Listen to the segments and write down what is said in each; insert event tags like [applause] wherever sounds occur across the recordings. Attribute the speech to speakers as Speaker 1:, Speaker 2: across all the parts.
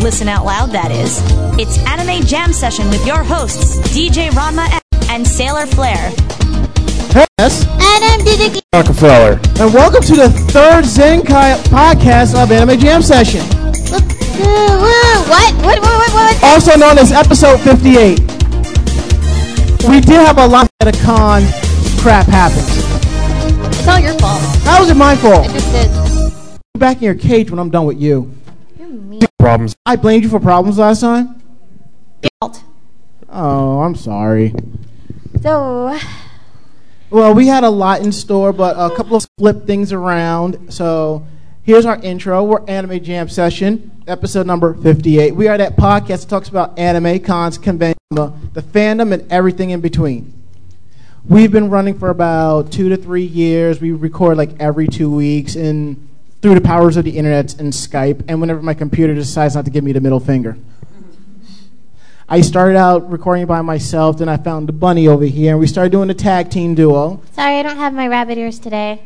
Speaker 1: listen out loud, that is. It's Anime Jam Session with your hosts, DJ Ranma and Sailor Flair.
Speaker 2: Yes,
Speaker 3: And I'm Diddy.
Speaker 2: Rockefeller. And welcome to the third Zenkai podcast of Anime Jam Session,
Speaker 3: What? What? What? What? What? what?
Speaker 2: also known as episode 58. We did have a lot of con crap happen.
Speaker 3: It's all your fault.
Speaker 2: How is it my fault?
Speaker 3: I just did.
Speaker 2: Get back in your cage when I'm done with you.
Speaker 3: You're mean.
Speaker 4: problems.
Speaker 2: I blamed you for problems last time?
Speaker 1: Fault.
Speaker 2: Oh, I'm sorry.
Speaker 3: So,
Speaker 2: Well, we had a lot in store, but a couple of flip things around. So here's our intro. We're Anime Jam Session, episode number 58. We are that podcast that talks about anime, cons, convention, the the fandom, and everything in between. We've been running for about two to three years. We record like every two weeks and through the powers of the internet and Skype, and whenever my computer decides not to give me the middle finger. I started out recording by myself, then I found the bunny over here, and we started doing the tag team duo.
Speaker 3: sorry I don't have my rabbit ears today.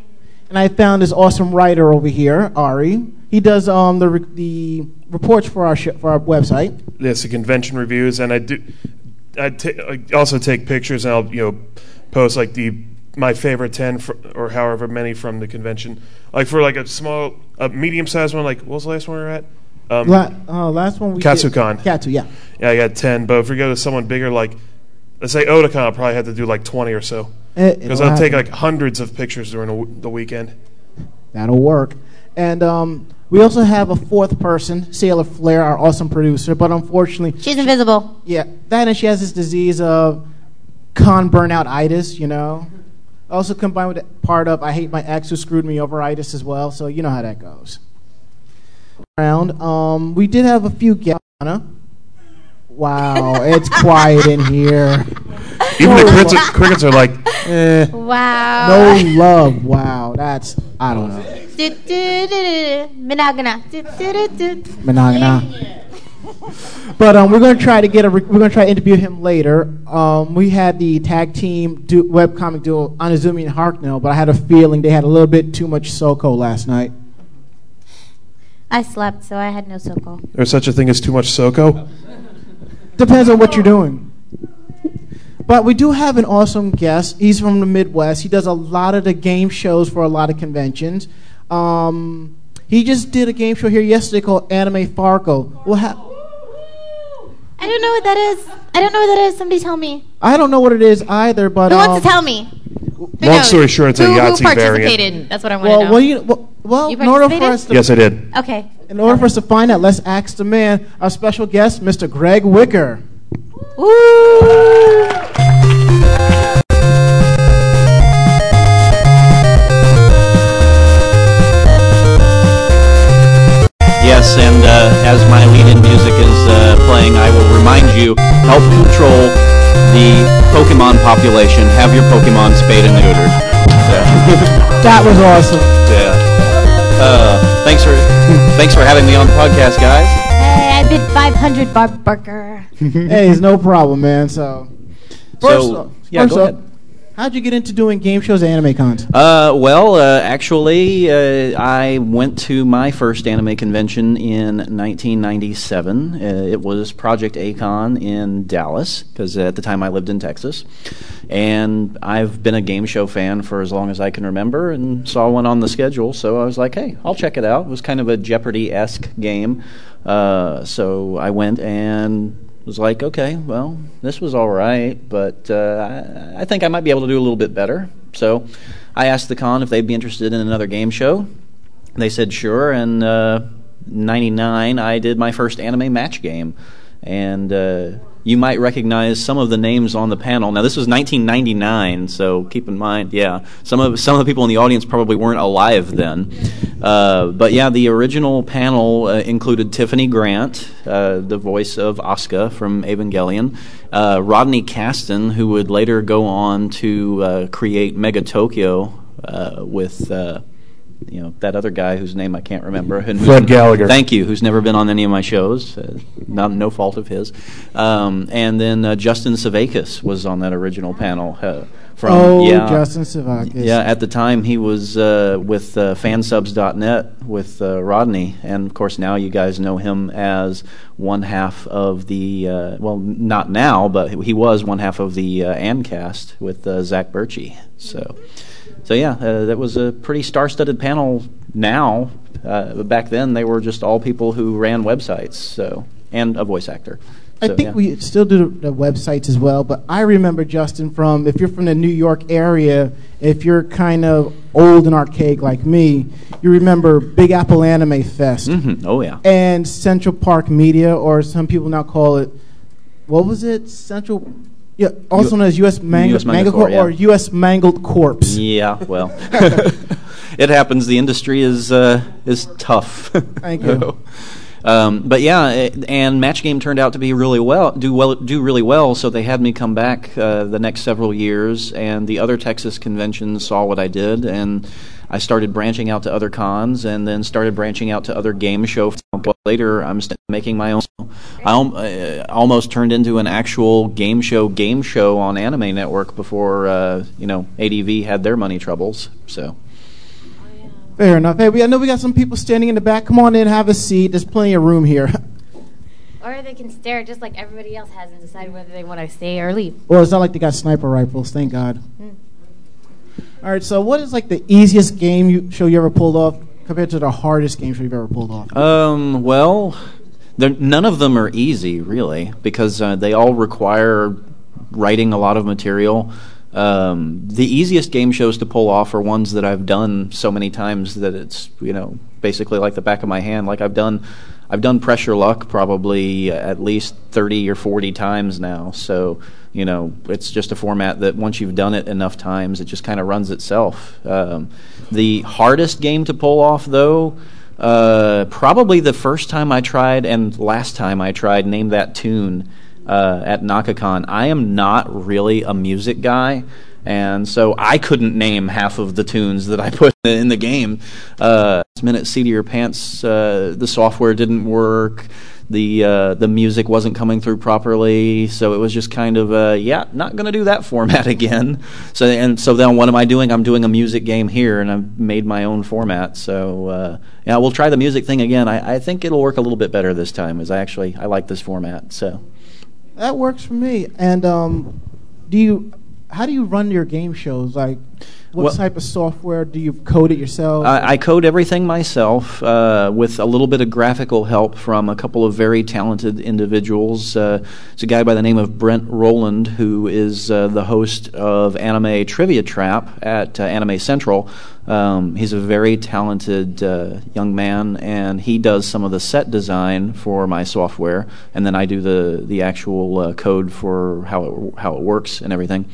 Speaker 2: and I found this awesome writer over here, Ari. He does um, the, re- the reports for our sh- for our website.
Speaker 4: Yes, the convention reviews, and I do. I ta- I also take pictures, and I'll you know post like the my favorite ten fr or however many from the convention. Like for like a small, a medium sized one. Like what was the last one we were at? Um,
Speaker 2: La- uh, last one we
Speaker 4: Katsucon.
Speaker 2: Did, Katsu, yeah.
Speaker 4: yeah, I got ten. But if we go to someone bigger, like let's say Otakon, I'll probably have to do like twenty or so
Speaker 2: It-
Speaker 4: because
Speaker 2: it'll
Speaker 4: I'll take
Speaker 2: happen.
Speaker 4: like hundreds of pictures during the w- the
Speaker 5: [laughs]
Speaker 4: weekend.
Speaker 2: That'll work. And um, we also have a fourth person, Sailor Flair, our awesome producer. But unfortunately,
Speaker 3: She's invisible.
Speaker 2: yeah, that and she has this disease of con burnout itis. You know, also combined with that part of I hate my ex who screwed me over itis as well. So you know how that goes. Round. Um, we did have a few guests. Anna. Wow, it's quiet in here.
Speaker 4: Even the
Speaker 2: Oh,
Speaker 4: crickets,
Speaker 2: wow.
Speaker 4: crickets are like,
Speaker 2: Eh,
Speaker 3: Wow.
Speaker 2: no love. Wow, that's I don't know.
Speaker 3: [laughs] Do, do, do, do, do. Minagana. Do, do, do, do.
Speaker 2: Managana. But um, we're gonna try to get a re- we're gonna try to interview him later. Um, we had the tag team du- webcomic duo Anazumi and Harknell, but I had a feeling they had a little bit too much Soko last night.
Speaker 3: I slept, so I had no soko.
Speaker 4: "There's such a thing as too much Soko."
Speaker 2: Depends on what you're doing. But we do have an awesome guest. He's from the Midwest. He does a lot of the game shows for a lot of conventions. Um, he just did a game show here yesterday called Anime Farco. Well, ha-
Speaker 3: I don't know what that is. I don't know what that is. Somebody tell me.
Speaker 2: I don't know what it is either, but
Speaker 3: Who
Speaker 2: um,
Speaker 3: wants to tell me?
Speaker 4: Long story short, it's a
Speaker 5: who, who
Speaker 4: Yahtzee
Speaker 5: participated?
Speaker 4: variant.
Speaker 5: That's what I want to
Speaker 2: Well,
Speaker 5: know.
Speaker 2: what do you, well, well
Speaker 5: You
Speaker 2: in order for
Speaker 5: participated?
Speaker 2: us to
Speaker 4: Yes, I did.
Speaker 3: Okay.
Speaker 2: In order for us to find out, let's ask the man, our special guest, Mr. Greg Wicker.
Speaker 3: Woo!
Speaker 6: Yes, and uh, as my lead-in music is uh, playing, I will remind you: help control the Pokemon population. Have your Pokemon spayed and neutered. Yeah.
Speaker 2: That was awesome.
Speaker 6: yeah. Uh, thanks for [laughs] thanks for having me on the podcast, guys.
Speaker 3: Hey, I bid 500 Bob Barker.
Speaker 2: hey, it's no problem, man. So, first
Speaker 6: So,
Speaker 2: up,
Speaker 6: yeah,
Speaker 2: first
Speaker 6: go
Speaker 2: up,
Speaker 6: ahead.
Speaker 2: how'd you get into doing game shows at anime cons?
Speaker 6: Uh, well, uh, actually, uh, I went to my first anime convention in 1997. Uh, it was Project Acon in Dallas, because at the time I lived in Texas. And I've been a game show fan for as long as I can remember and saw one on the schedule, so I was like, hey, I'll check it out. It was kind of a Jeopardy esque game. Uh, so I went and was like, okay, well, this was all right, but uh, I, I think I might be able to do a little bit better. So I asked the con if they'd be interested in another game show. They said sure, and uh, 99, I did my first anime match game. And uh, you might recognize some of the names on the panel. Now, this was 1999, so keep in mind, yeah, some of some of the people in the audience probably weren't alive then. Uh, but yeah, the original panel uh, included Tiffany Grant, uh, the voice of Asuka from Evangelion, uh, Rodney Caston, who would later go on to uh, create Mega Tokyo uh, with. Uh, you know that other guy whose name I can't remember. And
Speaker 5: Fred
Speaker 6: who's-
Speaker 5: Gallagher.
Speaker 6: Thank you. Who's never been on any of my shows? Uh, not no fault of his. Um, and then uh, Justin Savakis was on that original panel. Uh, from
Speaker 2: Oh,
Speaker 6: yeah,
Speaker 2: Justin Savakis.
Speaker 6: Yeah, at the time he was uh, with uh, fansubs.net with uh, Rodney, and of course now you guys know him as one half of the uh, well, not now, but he was one half of the uh, Amcast with uh, Zach Birchie. So, so yeah, uh, that was a pretty star-studded panel. Now, uh, but back then they were just all people who ran websites, so and a voice actor.
Speaker 2: I
Speaker 6: So,
Speaker 2: think
Speaker 6: yeah.
Speaker 2: we still do the, the websites as well, but I remember Justin from if you're from the New York area, if you're kind of old and archaic like me, you remember Big Apple Anime Fest
Speaker 6: Mhm. Oh yeah.
Speaker 2: and Central Park Media, or some people now call it, what was it? Central, yeah, also
Speaker 6: U-
Speaker 2: known as U.S. Mang-
Speaker 6: US
Speaker 2: Mangled
Speaker 6: Mangled
Speaker 2: Corp.
Speaker 6: Corp, yeah.
Speaker 2: or U.S. Mangled Corpse.
Speaker 6: Yeah,
Speaker 2: [laughs]
Speaker 6: well, [laughs] it happens. The industry is uh, is tough.
Speaker 2: Thank you.
Speaker 6: [laughs] Um, but yeah, it, and match game turned out to be really well, do well, do really well. So they had me come back uh, the next several years, and the other Texas conventions saw what I did, and I started branching out to other cons, and then started branching out to other game show. Later, I'm st- making my own. I al- uh, almost turned into an actual game show game show on Anime Network before uh, you know ADV had their money troubles. So.
Speaker 2: Fair enough. Hey, we, I know we got some people standing in the back. Come on in, have a seat. There's plenty of room here. [laughs]
Speaker 3: Or they can stare just like everybody else has and decide whether they want to stay or leave.
Speaker 2: Well, it's not like they got sniper rifles, thank God. All right, so what is like the easiest game you, show you ever pulled off compared to the hardest game show you've ever pulled off?
Speaker 6: Um, well, they're- none of them are easy, really, because uh, they all require writing a lot of material. Um, the easiest game shows to pull off are ones that I've done so many times that it's you know basically like the back of my hand. Like I've done, I've done pressure luck probably at least thirty or forty times now. So you know it's just a format that once you've done it enough times, it just kind of runs itself. Um, the hardest game to pull off though. Uh, probably the first time I tried and last time I tried name that tune uh, at NakaCon. I am not really a music guy, and so I couldn't name half of the tunes that I [laughs] put in the game. Uh, last minute seat of your pants. Uh, the software didn't work. The uh, the music wasn't coming through properly, so it was just kind of uh, yeah, not gonna do that [laughs] format again. So and so then what am I doing? I'm doing a music game here, and I've made my own format. So uh, yeah, we'll try the music thing again. I, I think it'll work a little bit better this time, as I actually I like this format. So
Speaker 2: That works for me. And um, do you? How do you run your game shows? Like, what
Speaker 6: Well-
Speaker 2: type of software do you code it yourself?
Speaker 6: I, I code everything myself uh, with a little bit of graphical help from a couple of very talented individuals. Uh, it's a guy by the name of Brent Roland, who is uh, the host of Anime Trivia Trap at uh, Anime Central. Um, he's a very talented uh, young man, and he does some of the set design for my software, and then I do the the actual uh, code for how it, how it works and everything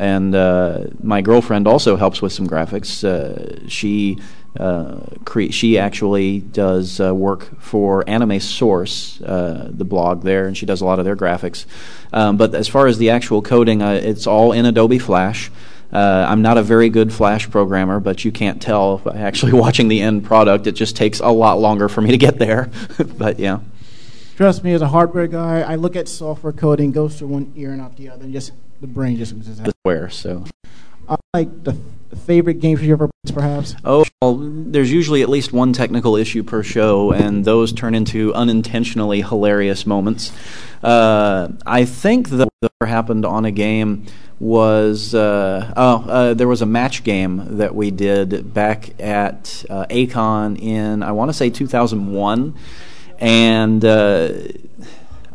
Speaker 6: and uh, my girlfriend also helps with some graphics. Uh, she uh, cre- she actually does uh, work for Anime Source, uh, the blog there, and she does a lot of their graphics. Um, but as far as the actual coding, uh, it's all in Adobe Flash. Uh, I'm not a very good Flash programmer, but you can't tell by actually [laughs] watching the end product. It just takes a lot longer for me to get there. [laughs] but yeah.
Speaker 2: Trust me, as a hardware guy, I look at software coding, goes through one ear and out the other, and just the brain just goes out.
Speaker 6: Where so
Speaker 2: Uh, Like the f- favorite game show you ever played, perhaps.
Speaker 6: Oh, well, there's usually at least one technical issue per show, and those turn into unintentionally hilarious moments. Uh, I think the that happened on a game was uh, oh uh, there was a match game that we did back at uh, Acon in I want to say 2001, and uh,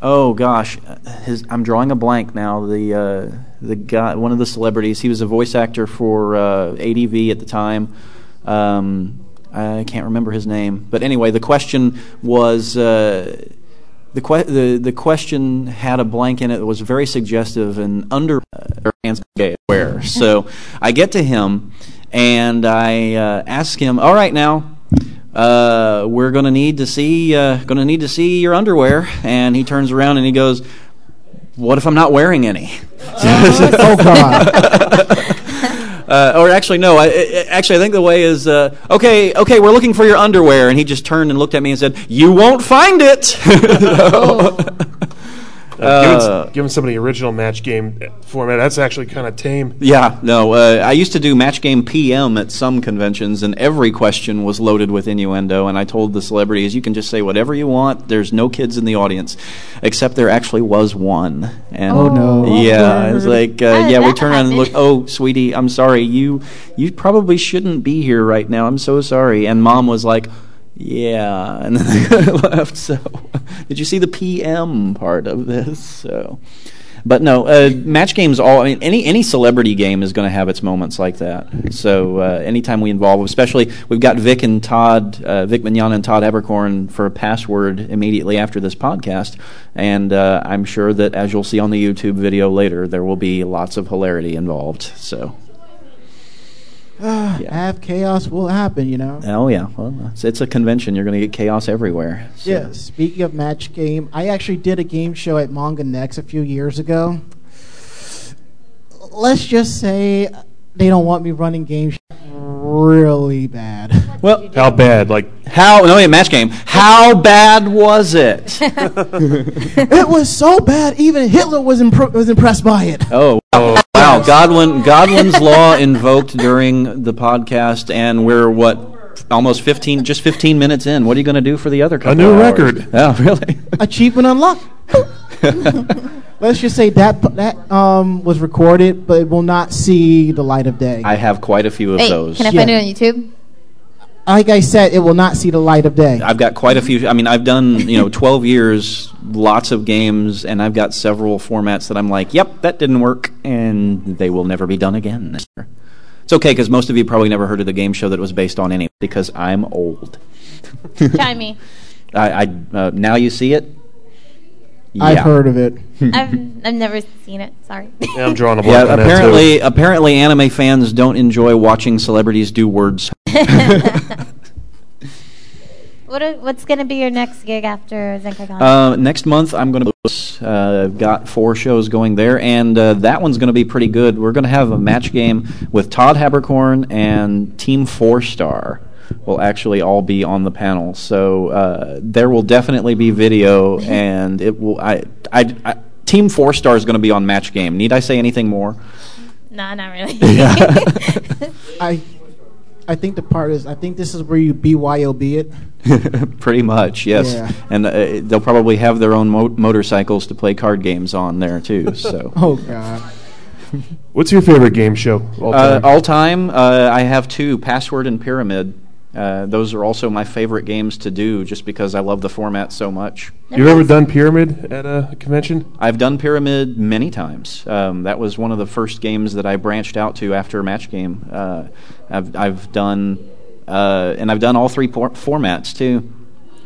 Speaker 6: oh gosh, his, I'm drawing a blank now. The uh, the guy, one of the celebrities, he was a voice actor for uh, ADV at the time. Um, I can't remember his name, but anyway, the question was. Uh, the, que- the the question had a blank in it that was very suggestive and under uh, gay where. So I get to him and I uh, ask him, "All right, now uh, we're going to need to see uh, going to need to see your underwear." And he turns around and he goes, "What if I'm not wearing any?"
Speaker 2: oh God.
Speaker 6: [laughs] Uh, or actually, no. I, I- actually, I think the way is uh, okay. Okay, we're looking for your underwear, and he just turned and looked at me and said, "You won't find it." [laughs] So-
Speaker 4: Uh, given, given some of the original match game format, that's actually kind of tame.
Speaker 6: Yeah, no. Uh, I used to do match game PM at some conventions, and every question was loaded with innuendo. And I told the celebrities, "You can just say whatever you want. There's no kids in the audience, except there actually was one." And
Speaker 2: Oh, no.
Speaker 6: Yeah, it's like, uh,
Speaker 3: How did
Speaker 6: yeah, we
Speaker 3: that
Speaker 6: turn around and look.
Speaker 3: happen?
Speaker 6: Oh, sweetie, I'm sorry. You you probably shouldn't be here right now. I'm so sorry. And mom was like. Yeah, and then I [laughs] left. So, did you see the PM part of this? So, but no, uh, match games. All I mean, any any celebrity game is going to have its moments like that. So uh, anytime we involve, especially we've got Vic and Todd, uh, Vic Mignon and Todd Abercorn for a password immediately after this podcast, and uh, I'm sure that as you'll see on the YouTube video later, there will be lots of hilarity involved. So. Yeah.
Speaker 2: Have chaos will happen, you know.
Speaker 6: Oh yeah, well it's, it's a convention. You're going to get chaos everywhere. So.
Speaker 2: Yeah. Speaking of match game, I actually did a game show at Manga Next a few years ago. Let's just say they don't want me running games really bad.
Speaker 6: Well,
Speaker 4: How bad? Like,
Speaker 6: how? No, yeah, match game. How bad was it?
Speaker 2: it was so bad, even Hitler was impre- was impressed by it.
Speaker 6: Oh wow! wow. Godwin Godwin's law [laughs] invoked during the podcast, and we're what almost fifteen, just fifteen minutes in. What are you going to do for the other couple?
Speaker 4: new
Speaker 6: hours?
Speaker 4: record.
Speaker 6: Oh [laughs] really?
Speaker 2: [laughs] Achievement unlocked. Let's just say that that um, was recorded, but it will not see the light of day.
Speaker 6: I have quite a few of
Speaker 3: Wait,
Speaker 6: those.
Speaker 3: can I
Speaker 2: Yeah.
Speaker 3: find it on
Speaker 2: [laughs]
Speaker 3: YouTube?
Speaker 2: like I said, it will not see the light of day.
Speaker 6: I've got quite a few. I mean, I've done you know twelve years, lots of games, and I've got several formats that I'm like, yep, that didn't work, and they will never be done again. It's okay because most of you probably never heard of the game show that it was based on anyway, because I'm old.
Speaker 3: Try me.
Speaker 6: I, I uh, now you see it.
Speaker 2: I've
Speaker 6: Yeah. Hmm.
Speaker 2: heard of it.
Speaker 3: I've I've never seen it. Sorry.
Speaker 4: yeah, I'm drawing a blank.
Speaker 6: Yeah,
Speaker 4: on that,
Speaker 6: apparently, uh, apparently, anime fans don't enjoy watching celebrities do words.
Speaker 3: What are, what's gonna be your next gig after
Speaker 2: Um,
Speaker 3: ZenkaCon?
Speaker 6: Uh, next month, I'm going to. Uh, I've got four shows going there, and uh, that one's going to be pretty good. We're going to have a match game with Todd Habercorn and Team Four Star. Will actually all be on the panel, so uh, there will definitely be video, and it will. I, I, I Team Four Star is going to be on Match Game. Need I say anything more?
Speaker 3: no,
Speaker 2: [laughs]
Speaker 3: not really. [laughs]
Speaker 2: I I think the part is I think this is where you BYOB it.
Speaker 6: [laughs] Pretty much, yes.
Speaker 2: Yeah.
Speaker 6: And uh, they'll probably have their own mo- motorcycles to play card games on there too. So.
Speaker 2: [laughs] Oh God.
Speaker 4: too. What's your favorite game show? All
Speaker 6: Uh,
Speaker 4: time?
Speaker 6: all time, uh, I have two: Password and Pyramid. Uh, those are also my favorite games to do, just because I love the format so much.
Speaker 4: You've ever done Pyramid at a convention?
Speaker 6: I've done Pyramid many times. Um, that was one of the first games that I branched out to after a match game. Uh, I've, I've done, uh, and I've done all three por- formats too.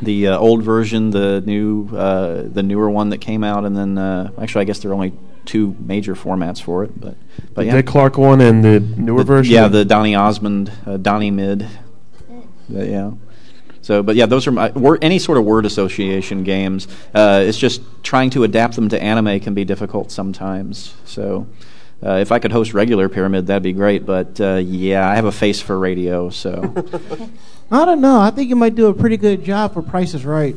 Speaker 6: The uh, old version, the new, uh, the newer one that came out, and then uh, actually, I guess there are only two major formats for it. But, but Oh, yeah,
Speaker 4: Dick Clark one and the newer version.
Speaker 6: yeah, the Donny Osmond, uh, Donny Mid, Uh, yeah. So, but yeah, those are my wor- any sort of word association games. Uh, it's just trying to adapt them to anime can be difficult sometimes. So, uh, if I could host regular Pyramid, that'd be great. But uh, yeah, I have a face for radio, so.
Speaker 2: I don't know. I think you might do a pretty good job for Price is Right.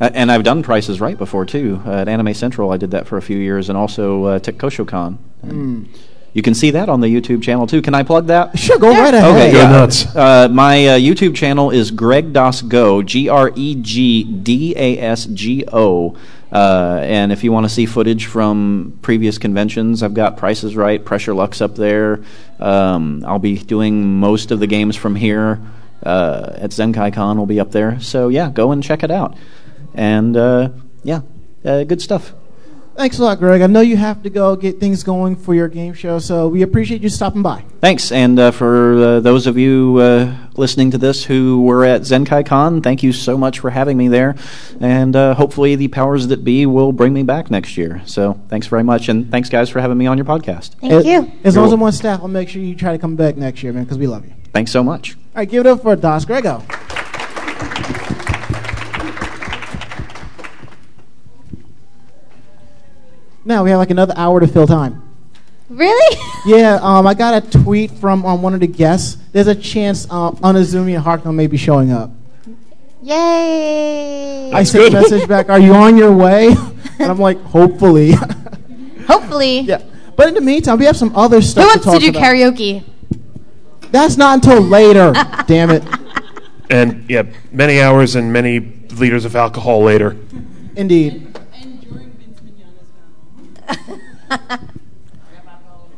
Speaker 6: Uh, and I've done Prices Right before too. Uh, at Anime Central, I did that for a few years, and also uh, TechKoshoCon. And You can see that on the YouTube channel too. Can I plug that?
Speaker 2: Sure, go right ahead.
Speaker 6: Okay,
Speaker 4: Go
Speaker 6: yeah.
Speaker 4: nuts.
Speaker 6: Uh, my uh, YouTube channel is Greg Das Go, G R E G D A S G O. Uh, and if you want to see footage from previous conventions, I've got Prices Right, Pressure Lux up there. Um, I'll be doing most of the games from here uh, at Zenkai Con. Will be up there, so yeah, go and check it out. And uh, yeah, uh, good stuff.
Speaker 2: Thanks a lot, Greg. I know you have to go get things going for your game show, so we appreciate you stopping by.
Speaker 6: Thanks, and uh, for uh, those of you uh, listening to this who were at Zenkai Con, thank you so much for having me there, and uh, hopefully the powers that be will bring me back next year. So thanks very much, and thanks guys for having me on your podcast.
Speaker 2: A-
Speaker 3: Thank you.
Speaker 2: As long as
Speaker 6: You're
Speaker 2: I'm on staff, I'll make sure you try to come back next year, man, because we love you. All
Speaker 6: Thanks so much.
Speaker 2: right, give it up for Dos Grego. Now we have like another hour to fill time.
Speaker 3: Really?
Speaker 2: Yeah, um, I got a tweet from um, one of the guests. There's a chance uh, Onizumi and Harkon may be showing up.
Speaker 3: Yay!
Speaker 2: I
Speaker 4: That's
Speaker 2: sent a
Speaker 3: [laughs]
Speaker 4: good.
Speaker 2: message back, Are you on your way? [laughs] And I'm like, Hopefully. [laughs]
Speaker 3: Hopefully.
Speaker 2: yeah. But in the meantime, we have some other stuff
Speaker 3: Who
Speaker 2: to
Speaker 3: wants
Speaker 2: talk
Speaker 3: to do
Speaker 2: about.
Speaker 3: karaoke?
Speaker 2: That's not until later. Damn it.
Speaker 4: And yeah, many hours and many liters of alcohol later.
Speaker 2: Indeed.
Speaker 5: And during Vince Mignogna's battle.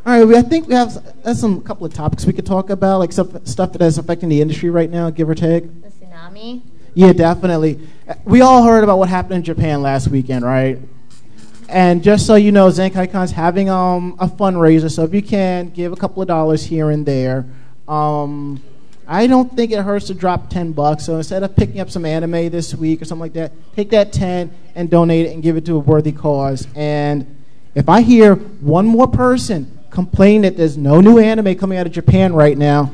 Speaker 2: All right, we, I think we have s- that's some couple of topics we could talk about, like stuff, stuff that is affecting the industry right now, give or take.
Speaker 3: [laughs] The tsunami.
Speaker 2: Yeah, definitely. Uh, We all heard about what happened in Japan last weekend, right? And just so you know, Zenkai Con's having um, a fundraiser, so if you can, give a couple of dollars here and there. Um, I don't think it hurts to drop 10 bucks, so instead of picking up some anime this week or something like that, take that 10 and donate it and give it to a worthy cause. And if I hear one more person complain that there's no new anime coming out of Japan right now,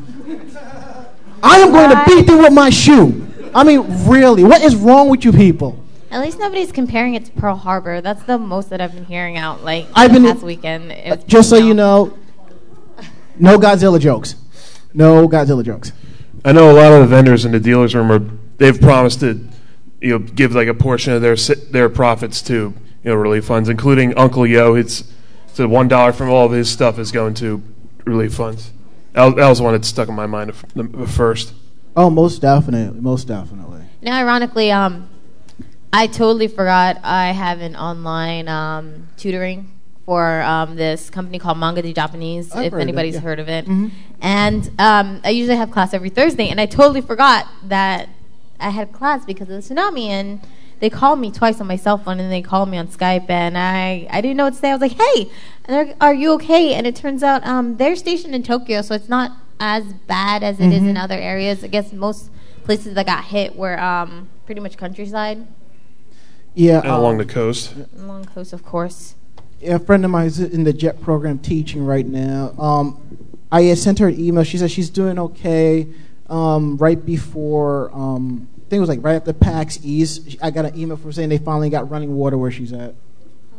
Speaker 2: I am going to beat them with my shoe. I mean, really, what is wrong with you people?
Speaker 3: At least nobody's comparing it to Pearl Harbor. That's the most that I've been hearing out. Like
Speaker 2: I've
Speaker 3: the
Speaker 2: been-
Speaker 3: past weekend. It was
Speaker 2: Uh, Just so
Speaker 3: pretty
Speaker 2: you
Speaker 3: down.
Speaker 2: know, no Godzilla jokes. No Godzilla jokes.
Speaker 4: I know a lot of the vendors in the dealers room are they've promised to you know give like a portion of their si- their profits to you know relief funds, including Uncle Yo. It's so one dollar from all of his stuff is going to relief funds. That was- that was the one that stuck in my mind f- the first.
Speaker 2: Oh, most definitely, most definitely.
Speaker 3: Now, ironically, um, I totally forgot I have an online um, tutoring for um, this company called Manga de Japanese,
Speaker 2: I've heard
Speaker 3: if
Speaker 2: of it,
Speaker 3: anybody's
Speaker 2: yeah.
Speaker 3: heard of it. And um, I usually have class every Thursday, and I totally forgot that I had class because of the tsunami. And they called me twice on my cell phone, and they called me on Skype, and I, I didn't know what to say. I was like, hey, and they're- are you okay? And it turns out um, they're stationed in Tokyo, so it's not as bad as it is in other areas. I guess most places that got hit were um, pretty much countryside.
Speaker 2: Yeah,
Speaker 4: And
Speaker 2: um,
Speaker 4: along the coast.
Speaker 3: Long Coast, of course.
Speaker 2: yeah, a friend of mine is in the JET program teaching right now. Um, I had sent her an email. She said she's doing okay. Um, right before, um, I think it was like right after PAX East, sh- I got an email from saying they finally got running water where she's at.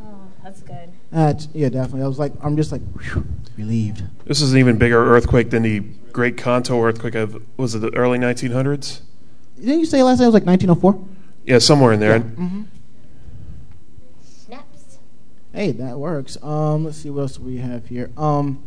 Speaker 3: Oh, that's good.
Speaker 2: Uh, t- yeah, definitely. I was like, I'm just like whew, relieved.
Speaker 4: This is an even bigger earthquake than the Great Kanto earthquake of was it the early 1900s?
Speaker 2: Didn't you say last night it was like 1904?
Speaker 4: Yeah, somewhere in there.
Speaker 2: Mm-hmm.
Speaker 3: Snaps.
Speaker 2: Hey, that works. Um, let's see what else we have here. Um,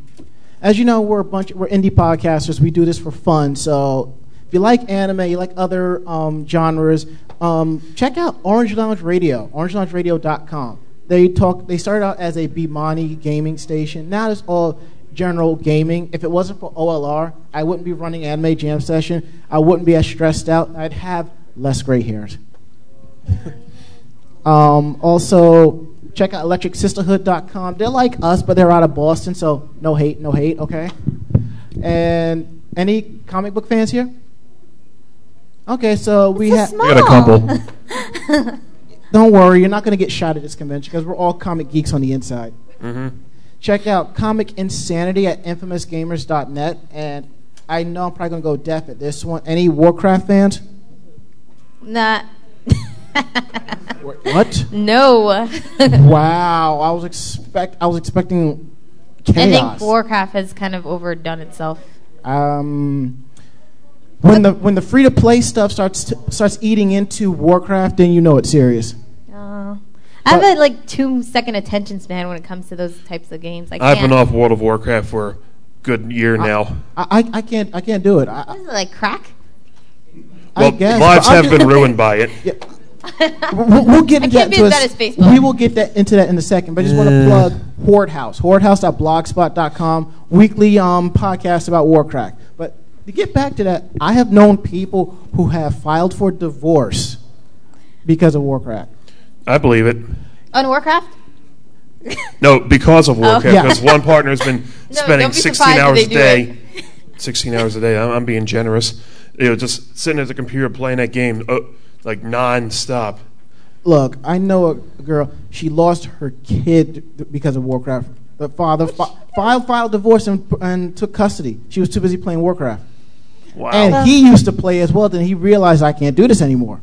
Speaker 2: as you know, we're a bunch. We're indie podcasters. We do this for fun. So if you like anime, you like other um, genres, um, check out Orange Lounge Radio. OrangeLoungeRadio.com. They talk. They started out as a Bimani gaming station. Now it's all general gaming. If it wasn't for OLR, I wouldn't be running anime jam session. I wouldn't be as stressed out. I'd have less gray hairs. Um, also, check out electricsisterhood.com. They're like us, but they're out of Boston, so no hate, no hate, okay? And any comic book fans here? Okay, so we have.
Speaker 4: I got a couple.
Speaker 7: [laughs]
Speaker 2: Don't worry, you're not going to get shot at this convention because we're all comic geeks on the inside. Check out Comic Insanity at infamousgamers.net. And I know I'm probably going to go deaf at this one. Any Warcraft
Speaker 3: [laughs]
Speaker 2: fans?
Speaker 3: Nah. [laughs]
Speaker 2: What?
Speaker 3: no.
Speaker 2: wow, I was expect I was expecting chaos.
Speaker 3: I think Warcraft has kind of overdone itself.
Speaker 2: Um, when the when the free to play stuff starts t- starts eating into Warcraft, then you know it's serious.
Speaker 3: Uh, I have
Speaker 2: But-
Speaker 3: a like two second attention span when it comes to those types of games. I can't.
Speaker 4: I've been off World of Warcraft for a good year now.
Speaker 2: I, I, I can't I can't do it. I,
Speaker 3: What is it, like crack?
Speaker 2: I- I
Speaker 4: well,
Speaker 2: guess, [laughs]
Speaker 4: lives
Speaker 2: but I'm
Speaker 4: have
Speaker 2: just-
Speaker 4: been ruined by it.
Speaker 2: We'll, we'll get
Speaker 3: I
Speaker 2: into that.
Speaker 3: can't be as
Speaker 2: to a
Speaker 3: bad
Speaker 2: s-
Speaker 3: as Facebook.
Speaker 2: We will get that into that in a second. But I just want to plug Horde House, hordehouse.blogspot.com, weekly um, podcast about Warcraft. But to get back to that, I have known people who have filed for divorce because of Warcraft.
Speaker 4: I believe it.
Speaker 3: On Warcraft? Oh. [laughs]
Speaker 4: No, because of Warcraft.
Speaker 2: Yeah.
Speaker 4: Because one partner has been spending
Speaker 3: don't be
Speaker 4: 16
Speaker 3: surprised if
Speaker 4: hours
Speaker 3: they
Speaker 4: a
Speaker 3: do
Speaker 4: day. [laughs] 16 hours a day. I'm, I'm being generous. You know, just sitting at the computer playing that game uh, like nonstop.
Speaker 2: Look, I know a girl. She lost her kid th- because of Warcraft. The father fi- filed filed divorce and, and took custody. She was too busy playing Warcraft.
Speaker 4: Wow. Mm-hmm.
Speaker 2: And he used to play as well. Then he realized I can't do this anymore.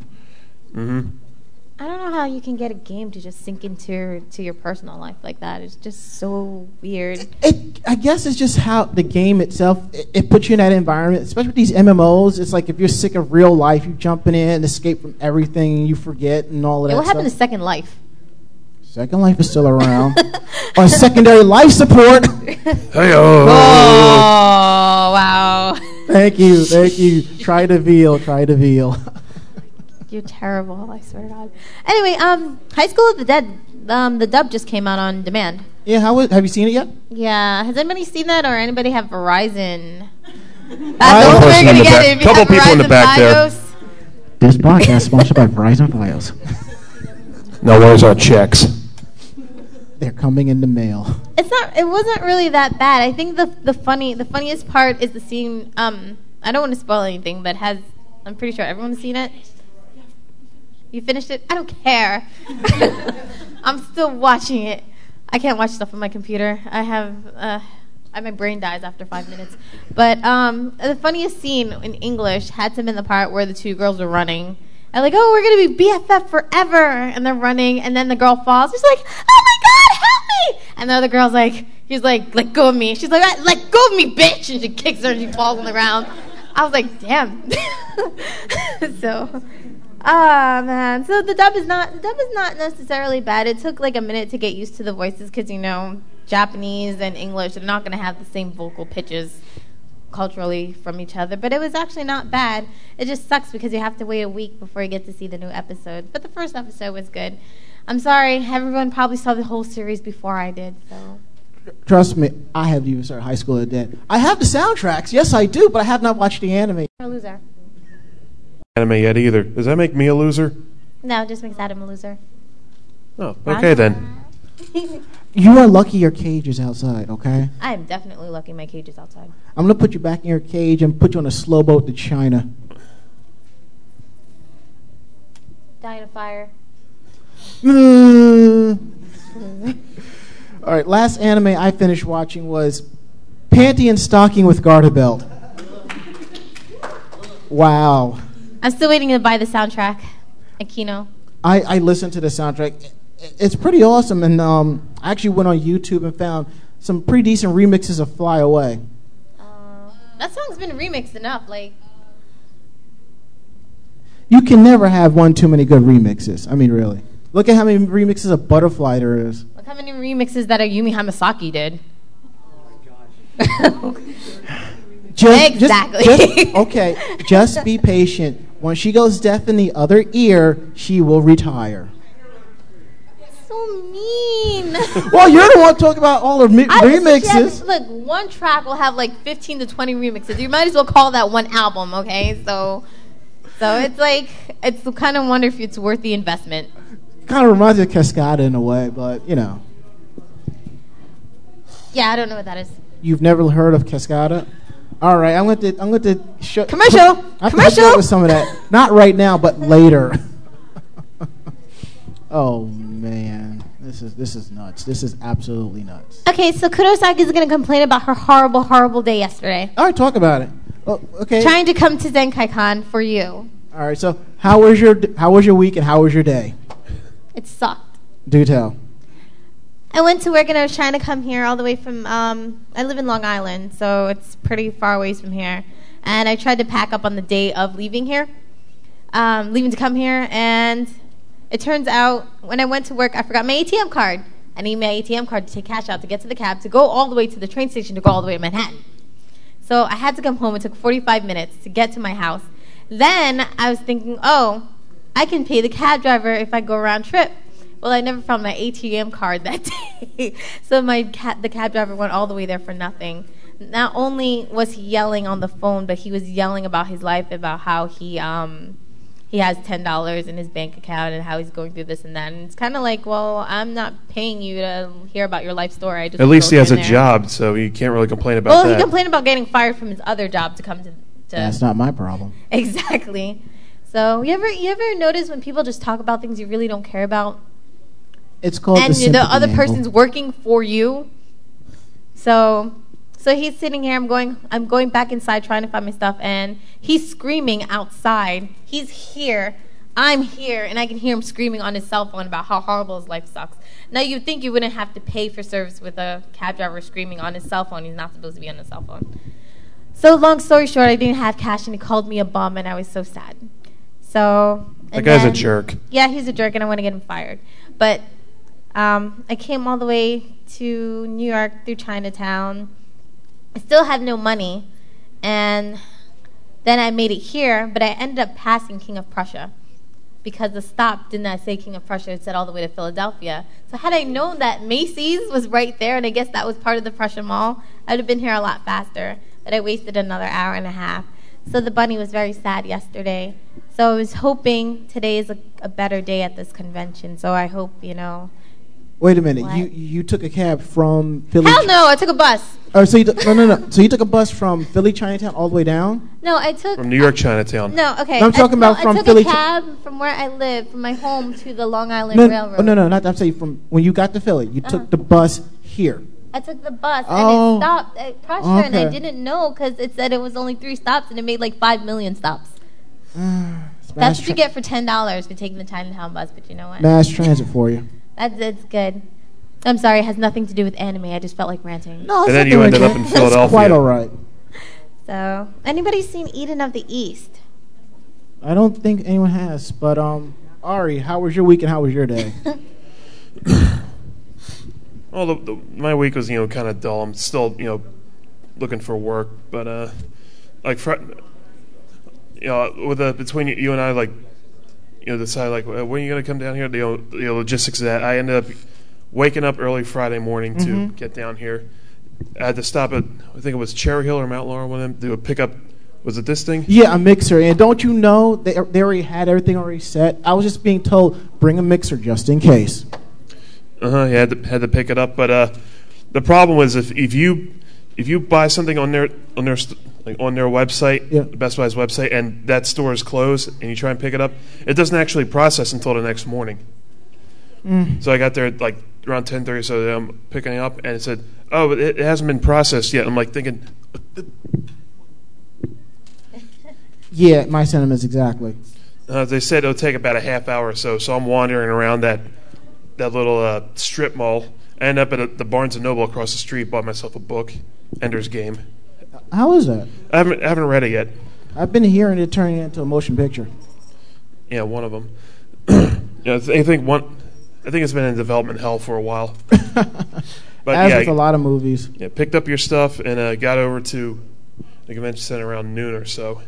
Speaker 3: I don't know how you can get a game to just sink into your, to your personal life like that. It's just so weird.
Speaker 2: It, I guess it's just how the game itself it, it puts you in that environment, especially with these MMOs. It's like if you're sick of real life, you jumping in and escape from everything, and you forget and all of
Speaker 3: Yeah,
Speaker 2: that.
Speaker 3: what happened to
Speaker 2: stuff.
Speaker 3: Second Life?
Speaker 2: Second Life is still
Speaker 3: [laughs]
Speaker 2: around, [laughs] or secondary life support.
Speaker 4: Hey, oh.
Speaker 3: Oh wow! [laughs]
Speaker 2: thank you, thank you. Try to veal, try to veal.
Speaker 3: You're terrible. I swear to God. Anyway, um, High School of the Dead, um, the dub just came out on demand.
Speaker 2: [laughs] yeah, how was, have you seen it yet?
Speaker 3: Yeah, has anybody seen that or anybody have Verizon?
Speaker 2: I-
Speaker 3: That's the only way
Speaker 4: Person
Speaker 3: you're gonna
Speaker 4: in the
Speaker 3: get
Speaker 4: back-
Speaker 3: it if you
Speaker 4: couple
Speaker 3: have
Speaker 4: people in the
Speaker 3: Verizon
Speaker 4: back there.
Speaker 3: Fios.
Speaker 8: This podcast is sponsored by Verizon Files.
Speaker 4: Now where's our checks?
Speaker 2: They're coming in the mail.
Speaker 3: It's not. It wasn't really that bad. I think the the funny the funniest part is the scene. Um, I don't want to spoil anything, but has I'm pretty sure everyone's seen it. You finished it. I don't care. [laughs] I'm still watching it. I can't watch stuff on my computer. I have. Uh, I, my brain dies after five minutes. But um, the funniest scene in English had to have been the part where the two girls were running. And like, oh, we're gonna be BFF forever, and they're running, and then the girl falls. She's like, oh my god, help me! And the other girl's like, he's like, let go of me. She's like, "Ah, let go of me, bitch! And she kicks her, and she falls on the ground. I was like, damn. [laughs] so, ah man. So the dub is not the dub is not necessarily bad. It took like a minute to get used to the voices because you know Japanese and English they're not gonna have the same vocal pitches culturally from each other. But it was actually not bad. It just sucks because you have to wait a week before you get to see the new episode. But the first episode was good. I'm sorry, everyone probably saw the whole series before I did. So
Speaker 2: Trust me, I have even started High School of the Dead. I have the soundtracks, yes I do, but I have not watched the anime.
Speaker 3: I'm a loser.
Speaker 4: Anime yet either? Does that make me a loser?
Speaker 3: No, it just makes Adam a loser.
Speaker 4: Oh, okay then.
Speaker 2: You are lucky your cage is outside, okay?
Speaker 3: I am definitely lucky my cage is outside.
Speaker 2: I'm gonna put you back in your cage and put you on a slow boat to China. [laughs]
Speaker 3: Dying of fire.
Speaker 2: All right, last anime I finished watching was Panty and Stocking with Garter Belt. Wow.
Speaker 3: I'm still waiting to buy the soundtrack. Akino.
Speaker 2: I, I listened to the soundtrack. I- It's pretty awesome, and um, I actually went on YouTube and found some pretty decent remixes of Fly Away.
Speaker 3: Uh, that song's been remixed enough. Like,
Speaker 2: You can never have one too many good remixes. I mean, really. Look at how many remixes of Butterfly there is.
Speaker 3: look how many remixes that Ayumi Hamasaki did. Oh my
Speaker 2: Just- just-
Speaker 3: Exactly.
Speaker 2: just- okay, just be patient. When she goes deaf in the other ear, she will retire.
Speaker 3: [laughs] so mean.
Speaker 2: Well, you're the one talking about all the mi-
Speaker 3: I would
Speaker 2: remixes.
Speaker 3: suggest- Look, one track will have like 15 to 20 remixes. You might as well call that one album, okay? So, so it's like it's kind of wonder if it's worth the investment.
Speaker 2: Kind of reminds me of Cascada in a way, but you know,
Speaker 3: Yeah, I don't know what that is.
Speaker 2: you've never heard of Cascada. All right, I'm going to I'm going to show
Speaker 3: Commercial!
Speaker 2: I'm gonna
Speaker 3: Commercial!
Speaker 2: go with some of that. Not right now, but later.
Speaker 3: [laughs]
Speaker 2: oh man, this is this is nuts. This is absolutely nuts.
Speaker 3: Okay, so Kurosaki is gonna complain about her horrible, horrible day yesterday.
Speaker 2: All right, talk about it. Oh, okay.
Speaker 3: Trying to come to Zenkai-Con for you.
Speaker 2: All right. So, how was your how was your week and how was your day?
Speaker 3: It sucked.
Speaker 2: Do tell.
Speaker 3: I went to work and I was trying to come here all the way from. Um, I live in Long Island, so it's pretty far away from here. And I tried to pack up on the day of leaving here, um, leaving to come here. And it turns out when I went to work, I forgot my ATM card. I need my ATM card to take cash out to get to the cab to go all the way to the train station to go all the way to Manhattan. So I had to come home. It took 45 minutes to get to my house. Then I was thinking, oh, I can pay the cab driver if I go round trip. Well, I never found my ATM card [laughs] that day. so my ca- the cab driver went all the way there for nothing. Not only was he yelling on the phone, but he was yelling about his life, about how he um, he has ten dollars in his bank account and how he's going through this and that. And it's kind of like, well, I'm not paying you to hear about your life story. I just
Speaker 4: At least
Speaker 3: drove
Speaker 4: he has
Speaker 3: in
Speaker 4: a
Speaker 3: there.
Speaker 4: job, so you can't really complain about
Speaker 3: Well,
Speaker 4: that.
Speaker 3: he complained about getting fired from his other job to come to. to
Speaker 2: That's not my problem.
Speaker 3: [laughs] exactly. So you ever you ever notice when people just talk about things you really don't care about,
Speaker 2: It's called
Speaker 3: and
Speaker 2: the,
Speaker 3: the, other
Speaker 2: sympathy angle.
Speaker 3: person's working for you? So, so he's sitting here. I'm going. I'm going back inside trying to find my stuff, and he's screaming outside. He's here. I'm here and I can hear him screaming on his cell phone about how horrible his life sucks. Now you'd think you wouldn't have to pay for service with a cab driver screaming on his cell phone. He's not supposed to be on his cell phone. So long story short, I didn't have cash and he called me a bum and I was so sad. So
Speaker 4: That
Speaker 3: and
Speaker 4: guy's a
Speaker 3: then-
Speaker 4: jerk.
Speaker 3: Yeah, he's a jerk and I want to get him fired. But um, I came all the way to New York through Chinatown. I still had no money, and then I made it here, but I ended up passing King of Prussia because the stop did not say King of Prussia, it said all the way to Philadelphia. So, had I known that Macy's was right there, and I guess that was part of the Prussia Mall, I would have been here a lot faster, but I wasted another hour and a half. So, the bunny was very sad yesterday. So, I was hoping today is a, a better day at this convention, so I hope, you know.
Speaker 2: Wait a minute.
Speaker 3: What?
Speaker 2: You you took a cab from Philly.
Speaker 3: Hell no, I took a bus.
Speaker 2: Oh, so you took- no no no. So you took a bus from Philly Chinatown all the way down.
Speaker 3: No, I took.
Speaker 4: From New York Chinatown.
Speaker 3: No, okay.
Speaker 2: No, I'm
Speaker 3: I-
Speaker 2: talking about
Speaker 3: no,
Speaker 2: from
Speaker 3: I took
Speaker 2: Philly
Speaker 3: a
Speaker 2: to-
Speaker 3: cab from where I live, from my home to the Long Island
Speaker 2: No, no,
Speaker 3: Railroad.
Speaker 2: oh, no, no, not. I'm saying from when you got to Philly, you
Speaker 3: Uh-huh.
Speaker 2: took the bus here.
Speaker 3: I took the bus
Speaker 2: Oh.
Speaker 3: and it stopped at Prussia, and I
Speaker 2: Okay.
Speaker 3: didn't know because it said it was only three stops, and it made like five million stops.
Speaker 2: Mass
Speaker 3: That's what
Speaker 2: tra-
Speaker 3: you get for ten dollars for taking the Chinatown bus. But you know what?
Speaker 2: Mass transit for
Speaker 3: [laughs]
Speaker 2: you.
Speaker 3: That's it's good. I'm sorry, it has nothing to do with anime. I just felt like ranting.
Speaker 2: No, it's
Speaker 4: And then
Speaker 2: nothing
Speaker 4: you ended
Speaker 2: like
Speaker 4: up
Speaker 2: that.
Speaker 4: in
Speaker 2: It's
Speaker 4: Philadelphia.
Speaker 2: quite all right.
Speaker 3: So, anybody seen Eden of the East?
Speaker 2: I don't think anyone has, but um, Ari, how was your week and how was your
Speaker 3: [laughs]
Speaker 2: day?
Speaker 4: Well, the, the, my week was you know kind of dull. I'm still you know looking for work, but uh, like fr- you know with the between you and I like you know decide like uh, when are you gonna come down here? The, you know, the logistics of that. I ended up waking up early Friday morning to get down here. I had to stop at I think it was Cherry Hill or Mount Laurel. One of them do a pickup. Was it this thing?
Speaker 2: yeah, a mixer. And don't you know they, they already had everything already set? I was just being told bring a mixer just in case.
Speaker 4: Uh huh. Had to had to pick it up, but uh, the problem was if if you if you buy something on their on their st- like on their website,
Speaker 2: Yeah.
Speaker 4: Best Buy's website, and that store is closed, and you try and pick it up, it doesn't actually process until the next morning.
Speaker 3: Mm.
Speaker 4: So I got there at, like around ten thirty, so I'm picking it up, and it said, "Oh, but it, it hasn't been processed yet." I'm like thinking,
Speaker 2: Yeah, my sentiments exactly.
Speaker 4: uh, they said it'll take about a half hour or so. So I'm wandering around that that little uh, strip mall. I end up at a, the Barnes and Noble across the street, bought myself a book, Ender's Game.
Speaker 2: How is that?
Speaker 4: I haven't I haven't read it yet.
Speaker 2: I've been hearing it turning into a motion picture. [laughs]
Speaker 4: Yeah, one of [clears throat] them. yeah, I th- I think one. I think it's been in development hell for a [laughs] while. But
Speaker 2: As
Speaker 4: yeah,
Speaker 2: with a lot of movies.
Speaker 4: yeah, picked up your stuff and uh, got over to the convention center around noon or so.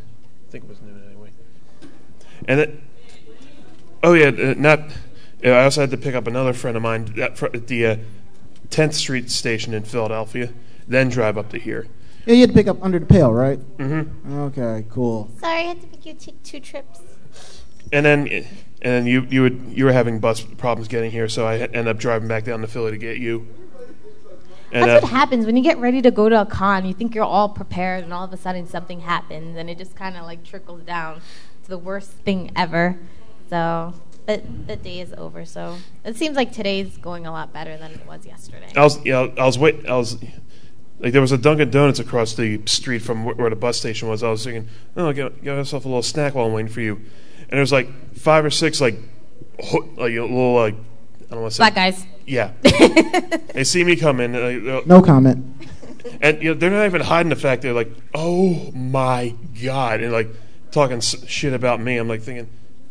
Speaker 4: I think it was noon anyway. And it, oh yeah, uh, not. Yeah, I also had to pick up another friend of mine at, fr- at the uh, 10th Street station in Philadelphia, then drive up to here.
Speaker 2: Yeah, you had to pick up Under the Pale, right? Mm-hmm. Okay, cool.
Speaker 3: Sorry, I had to make you take two trips.
Speaker 4: And then, and then you you would you were having bus problems getting here, so I ended up driving back down to Philly to get you. And
Speaker 3: That's
Speaker 4: uh,
Speaker 3: what happens when you get ready to go to a con. You think you're all prepared, and all of a sudden something happens, and it just kind of like trickles down to the worst thing ever. So, but the day is over. So it seems like today's going a lot better than it was yesterday.
Speaker 4: I was yeah I was wait I was like there was a Dunkin' Donuts across the street from where, where the bus station was. I was thinking, oh, I'll get get myself a little snack while I'm waiting for you. And there was like five or six like ho- like a little like I don't want to say
Speaker 3: Black guys. [laughs]
Speaker 4: Yeah, they see me come in, and, they-
Speaker 2: No comment. [laughs]
Speaker 4: and you know, they're not even hiding the fact they're like, "Oh my god," and like talking s- shit about me. I'm like thinking,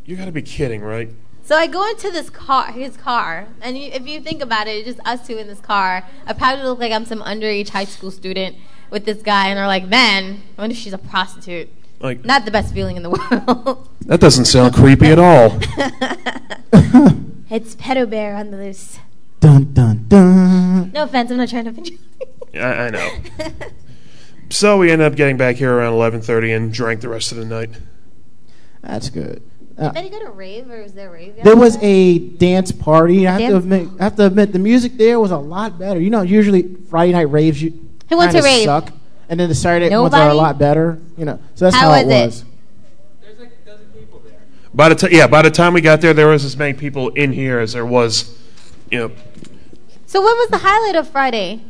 Speaker 4: "You got to be kidding, right?"
Speaker 3: So I go into this car, his car, and you, if you think about it, it's just us two in this car. I probably look like I'm some underage high school student with this guy, and they're like, "Man, I wonder if she's a prostitute."
Speaker 4: Like
Speaker 3: Not the best feeling in the [laughs] world.
Speaker 4: that doesn't sound creepy at all.
Speaker 3: [laughs] It's pedo bear on the loose.
Speaker 2: Dun dun dun.
Speaker 3: No offense, I'm not trying to offend
Speaker 4: [laughs]
Speaker 3: you.
Speaker 4: I, I know.
Speaker 3: [laughs]
Speaker 4: So we ended up getting back here around 11:30 and drank the rest of the night.
Speaker 2: That's good. Uh,
Speaker 3: Anybody go to rave or is there a rave?
Speaker 2: There was a dance party. I have, to
Speaker 3: Dance-
Speaker 2: admit, I have to admit, the music there was a lot better. You know, usually Friday night raves you
Speaker 3: Who went to
Speaker 2: kinda
Speaker 3: rave?
Speaker 2: suck, and then the Saturday ones are a
Speaker 3: Nobody?
Speaker 2: lot better. You know, so that's
Speaker 3: How
Speaker 2: how, it
Speaker 3: was it?
Speaker 2: was.
Speaker 5: There's like a dozen people there.
Speaker 4: By the time yeah, by the time we got there, there was as many people in here as there was, you know.
Speaker 3: So what was the highlight of Friday?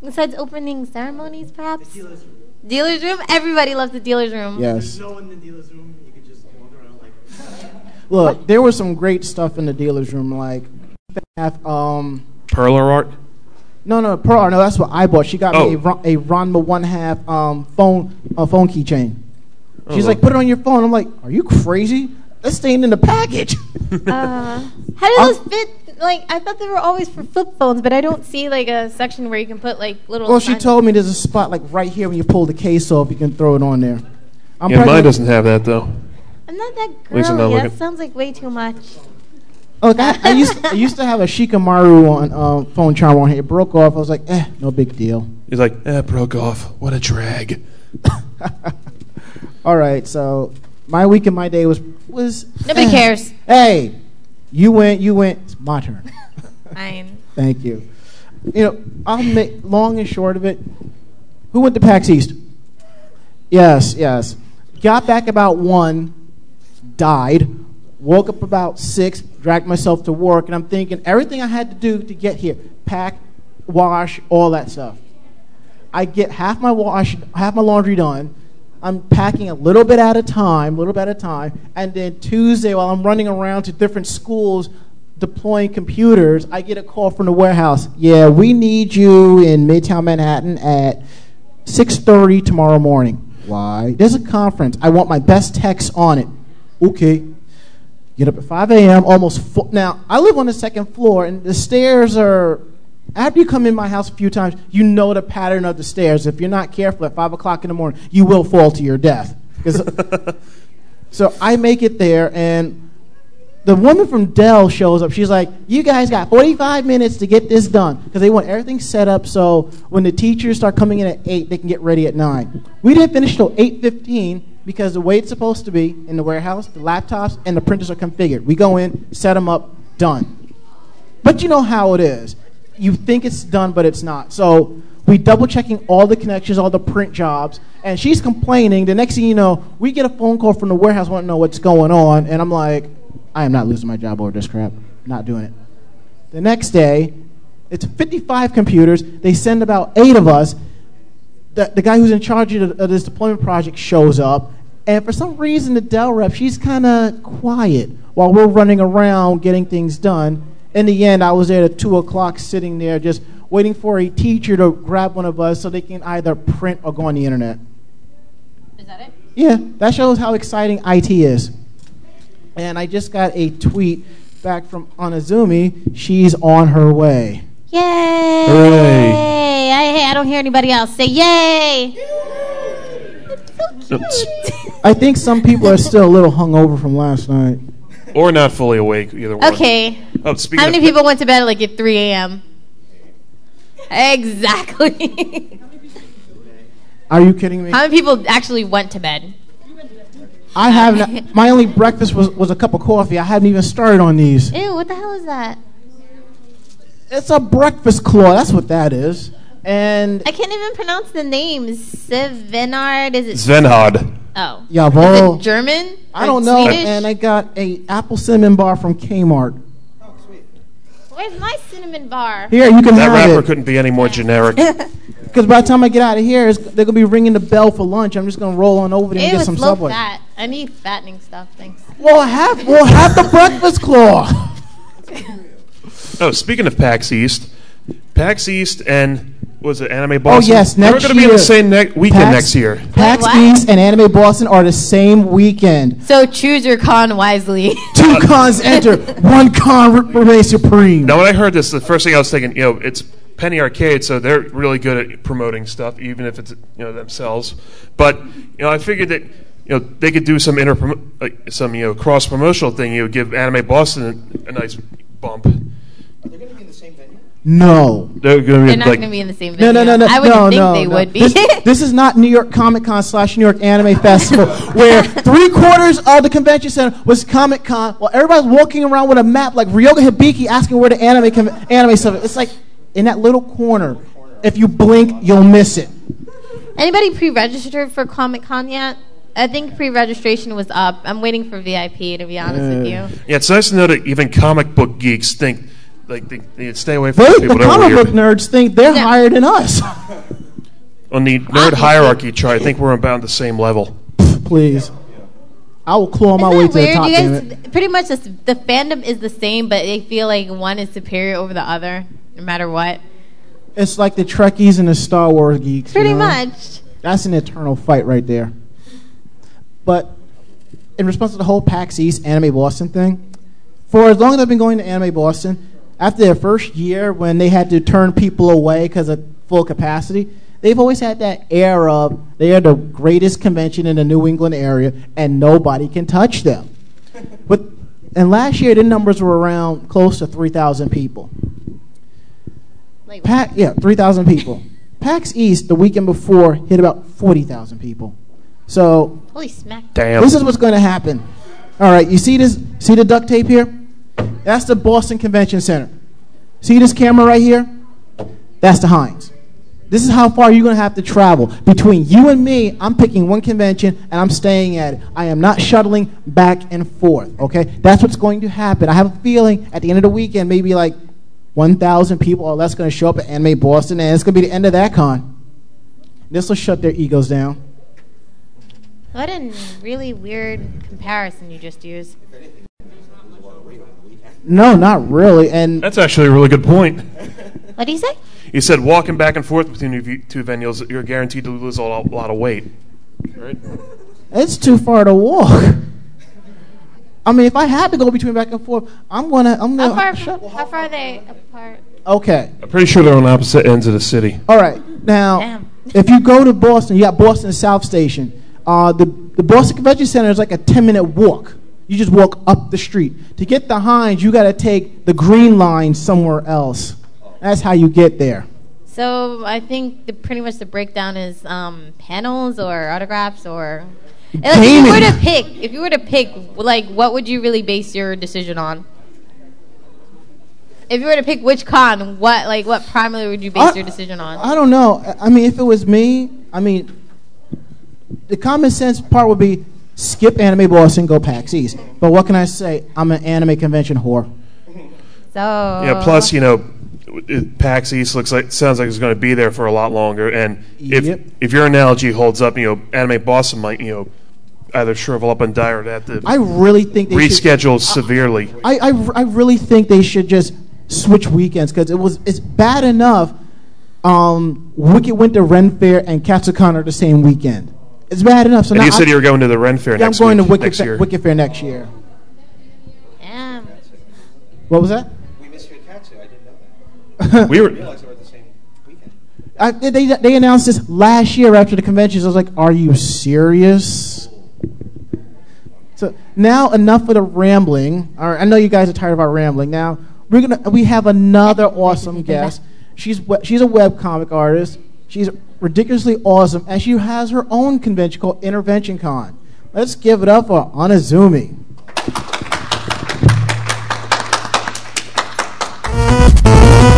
Speaker 3: Besides opening ceremonies, perhaps.
Speaker 9: Dealer's room.
Speaker 3: Dealer's room. Everybody loves the dealer's room.
Speaker 2: Yes.
Speaker 9: There's no one in the dealer's room. You can just wander around like.
Speaker 2: Look, there was some great stuff in the dealer's room. Like, um,
Speaker 4: Perler art.
Speaker 2: no, no, Pearl. No, that's what I bought. She got
Speaker 4: Oh.
Speaker 2: me a, Ron- a Ronma one half um, phone uh, phone keychain. She's
Speaker 4: Oh.
Speaker 2: like, put it on your phone. I'm like, are you crazy? That's staying in the
Speaker 3: [laughs]
Speaker 2: package.
Speaker 4: [laughs]
Speaker 3: Uh, how
Speaker 2: Um,
Speaker 3: do those fit? Like, I thought they were always for flip phones, but I don't see like a section where you can put like little.
Speaker 2: well, she
Speaker 3: sign-
Speaker 2: told me there's a spot like right here when you pull the case off, you can throw it on there. I'm
Speaker 4: Yeah,
Speaker 2: probably-
Speaker 4: mine doesn't have that though.
Speaker 3: I'm not that
Speaker 4: least I'm not
Speaker 3: girly. That
Speaker 4: looking.
Speaker 3: sounds like way too much.
Speaker 2: Look, I, I used I used to have a Shikamaru on um, phone charm on here. It broke off. I was like, eh, no big deal. [laughs]
Speaker 4: He's like, eh, broke off. What a
Speaker 3: [laughs]
Speaker 4: drag.
Speaker 2: All right, so my week and my day was was
Speaker 3: Nobody
Speaker 2: eh.
Speaker 3: cares.
Speaker 2: Hey, you went, you went. It's my turn.
Speaker 3: Fine.
Speaker 2: Thank you. You know, I'll make long and short of it. Who went to PAX East? Yes, yes. Got back about one, died, woke up about six, dragged myself to work, and I'm thinking everything I had to do to get here pack, wash, all that stuff. I get half my wash, half my laundry done. I'm packing a little bit at a time, little bit at a time, and then Tuesday, while I'm running around to different schools deploying computers, I get a call from the warehouse. Yeah, we need you in Midtown Manhattan at 6:30 tomorrow morning. Why? There's a conference. I want my best techs on it. Okay. Get up at 5 a.m. Almost full. Now I live on the second floor, and the stairs are. After you come in my house a few times, you know the pattern of the stairs. If you're not careful at 5 o'clock in the morning, you will fall to your death. 'Cause- so I make it there, and the woman from Dell shows up. She's like, "You guys got 45 minutes to get this done because they want everything set up so when the teachers start coming in at eight, they can get ready at nine. We didn't finish till 8:15 because the way it's supposed to be in the warehouse, the laptops and the printers are configured. We go in, set them up, done. But you know how it is. You think it's done, but it's not. So we double checking all the connections, all the print jobs, and she's complaining. The next thing you know, we get a phone call from the warehouse wanting to know what's going on, and I'm like, I am not losing my job over this crap. Not doing it. The next day, it's 55 computers. They send about eight of us. The, the guy who's in charge of, of this deployment project shows up, and for some reason, the Dell rep, she's kind of quiet while we're running around getting things done. In the end, I was there at 2 o'clock sitting there just waiting for a teacher to grab one of us so they can either print or go on the internet.
Speaker 3: Is that it?
Speaker 2: Yeah, that shows how exciting IT is. And I just got a tweet back from Anazumi. She's on her way.
Speaker 3: Yay!
Speaker 4: Hooray.
Speaker 3: I, hey, I don't hear anybody else say yay. It's so
Speaker 4: Oops.
Speaker 3: cute.
Speaker 2: I think some people are still a little hungover from last night.
Speaker 4: Or not fully awake, either one.
Speaker 3: [laughs] Okay.
Speaker 4: Oh, speaking
Speaker 3: How
Speaker 4: of
Speaker 3: many people went to bed like at 3 a.m.? Exactly. [laughs]
Speaker 2: Are you kidding me?
Speaker 3: How many people actually went to bed?
Speaker 2: I
Speaker 3: [laughs]
Speaker 2: haven't. My only breakfast was, was a cup of coffee. I haven't even started on these.
Speaker 3: Ew, what the hell is that?
Speaker 2: It's a breakfast claw. That's what that is. And
Speaker 3: I can't even pronounce the name. Svenard, is it?
Speaker 4: Svenhod.
Speaker 3: oh. Is
Speaker 2: Jawohl.
Speaker 3: it German?
Speaker 2: I
Speaker 3: Or
Speaker 2: don't know.
Speaker 3: Swedish?
Speaker 2: And I got a apple cinnamon bar from Kmart.
Speaker 3: Where's my cinnamon bar?
Speaker 2: Here, you can
Speaker 4: That
Speaker 2: have
Speaker 4: rapper
Speaker 2: it.
Speaker 4: couldn't be any more generic.
Speaker 2: Because by the time I get out of here, it's, they're gonna be ringing the bell for lunch. I'm just gonna roll on over there and get
Speaker 3: Ew, it's
Speaker 2: some
Speaker 3: low
Speaker 2: Subway.
Speaker 3: fat. I need fattening stuff, thanks.
Speaker 2: Well, have well have the breakfast claw.
Speaker 4: Oh, speaking of PAX East, PAX East and was it Anime
Speaker 2: Oh
Speaker 4: Boston?
Speaker 2: yes,
Speaker 4: They're
Speaker 2: next
Speaker 4: gonna
Speaker 2: year.
Speaker 4: be in the same ne- [laughs] weekend
Speaker 2: PAX
Speaker 4: next year.
Speaker 2: PAX
Speaker 3: what?
Speaker 2: East and Anime Boston are the same weekend.
Speaker 3: So choose your con wisely. [laughs]
Speaker 4: Uh,
Speaker 2: Two cons enter, one con re- remains supreme.
Speaker 4: Now, when I heard this, the first thing I was thinking, you know, it's Penny Arcade, so they're really good at promoting stuff, even if it's you know themselves. But you know, I figured that you know they could do some inter like some you know cross promotional thing. You know, give Anime Boston a, a nice bump.
Speaker 2: No.
Speaker 4: They're going
Speaker 3: They're not going to be in the same
Speaker 2: No,
Speaker 3: video.
Speaker 2: no, no, no.
Speaker 3: I wouldn't
Speaker 2: no,
Speaker 3: think
Speaker 2: no,
Speaker 3: they
Speaker 2: no.
Speaker 3: would be.
Speaker 2: This, this is not New York Comic Con slash New York Anime Festival, where three quarters of the convention center was Comic Con, while everybody's walking around with a map like Ryoga Hibiki asking where the anime con- anime stuff. is. It's like in that little corner. If you blink, you'll miss it.
Speaker 3: [laughs] Anybody pre-registered for Comic Con yet? I think pre-registration was up. I'm waiting for VIP to be honest with you.
Speaker 4: Yeah, it's nice to know that even comic book geeks think like they, they stay away from
Speaker 2: They,
Speaker 4: people
Speaker 2: the
Speaker 4: that are
Speaker 2: comic
Speaker 4: weird.
Speaker 2: book nerds think they're
Speaker 3: Yeah.
Speaker 2: higher than us. [laughs]
Speaker 4: On the nerd hierarchy chart, I think we're about the same level.
Speaker 2: Please. I will claw my
Speaker 3: Isn't
Speaker 2: way
Speaker 3: that
Speaker 2: to the
Speaker 3: weird?
Speaker 2: top.
Speaker 3: you
Speaker 2: damn
Speaker 3: guys,
Speaker 2: it.
Speaker 3: pretty much the, the fandom is the same, but they feel like one is superior over the other, no matter what.
Speaker 2: It's like the Trekkies and the Star Wars geeks. you
Speaker 3: Pretty
Speaker 2: know?
Speaker 3: much.
Speaker 2: That's an eternal fight right there. But in response to the whole PAX East Anime Boston thing, for as long as I've been going to Anime Boston, after their first year when they had to turn people away because of full capacity, they've always had that air of they are the greatest convention in the New England area and nobody can touch them. But, and last year, their numbers were around close to 3,000 people.
Speaker 3: Like,
Speaker 2: Pack yeah, three thousand people. PAX East the weekend before hit about forty thousand people. So
Speaker 3: holy smack.
Speaker 4: Damn.
Speaker 2: this is what's going to happen. All right, you see this? See the duct tape here? That's the Boston Convention Center. See this camera right here? That's the Heinz. This is how far you're going to have to travel. Between you and me, I'm picking one convention and I'm staying at it. I am not shuttling back and forth, okay? That's what's going to happen. I have a feeling at the end of the weekend, maybe like 1,000 people or less going to show up at Anime Boston, and it's going to be the end of that con. This will shut their egos down.
Speaker 3: What a really weird comparison you just used.
Speaker 2: No, not really. And
Speaker 4: That's actually a really good point.
Speaker 3: What do you say?
Speaker 4: You said walking back and forth between your v- two venues, you're guaranteed to lose a lot, lot of weight. Right?
Speaker 2: It's too far to walk. I mean, if I had to go between back and forth, I'm gonna, I'm
Speaker 3: How
Speaker 2: gonna.
Speaker 3: far?
Speaker 2: shut-
Speaker 3: How far are they apart?
Speaker 2: okay,
Speaker 4: I'm pretty sure they're on opposite ends of the city.
Speaker 2: all right. Now,
Speaker 3: Damn.
Speaker 2: if you go to Boston, you got Boston South Station. Uh, the the Boston Convention Center is like a 10 minute walk. You just walk up the street. To get the Hines, you got to take the Green Line somewhere else. That's how you get there.
Speaker 3: So I think the, pretty much the breakdown is um, panels or autographs or. And, like, if you
Speaker 2: Gaming.
Speaker 3: were to pick, if you were to pick, like, what would you really base your decision on? If you were to pick which con, what like what primarily would you base
Speaker 2: I-
Speaker 3: your decision on?
Speaker 2: I don't know. I- I mean, if it was me, I mean, the common sense part would be skip Anime Boston, go PAX East. But what can I say? I'm an anime convention whore.
Speaker 3: so
Speaker 4: Yeah. Plus, you know, it, PAX East looks like sounds like it's going to be there for a lot longer. And if
Speaker 2: Yep.
Speaker 4: if your analogy holds up, you know, Anime Boston might you know either shrivel up and die or have to
Speaker 2: I really think they should-
Speaker 4: reschedule severely.
Speaker 2: I, I, I really think they should just switch weekends because it was it's bad enough. Um, Wicked went to Ren Fair and Katsucon are the same weekend. It's bad enough. So
Speaker 4: and
Speaker 2: now
Speaker 4: you said
Speaker 2: I,
Speaker 4: you were going to the Ren Fair
Speaker 2: I'm
Speaker 4: next
Speaker 2: going
Speaker 4: week-
Speaker 2: to Wicked,
Speaker 4: next
Speaker 2: Fair-
Speaker 4: year.
Speaker 2: Wicked Fair next year.
Speaker 3: Damn.
Speaker 2: What was that?
Speaker 9: [laughs]
Speaker 2: [laughs]
Speaker 9: We missed Hikatsu. I didn't know that.
Speaker 4: [laughs] We
Speaker 9: I
Speaker 4: were.
Speaker 9: realized they were the same weekend.
Speaker 2: I, they, they announced this last year after the conventions. I was like, are you serious? So now enough of the rambling. All right, I know you guys are tired of our rambling. Now we're gonna we have another awesome guest. She's we- she's a web comic artist. She's ridiculously awesome, and she has her own convention called Intervention Con. Let's give it up for Anazumi.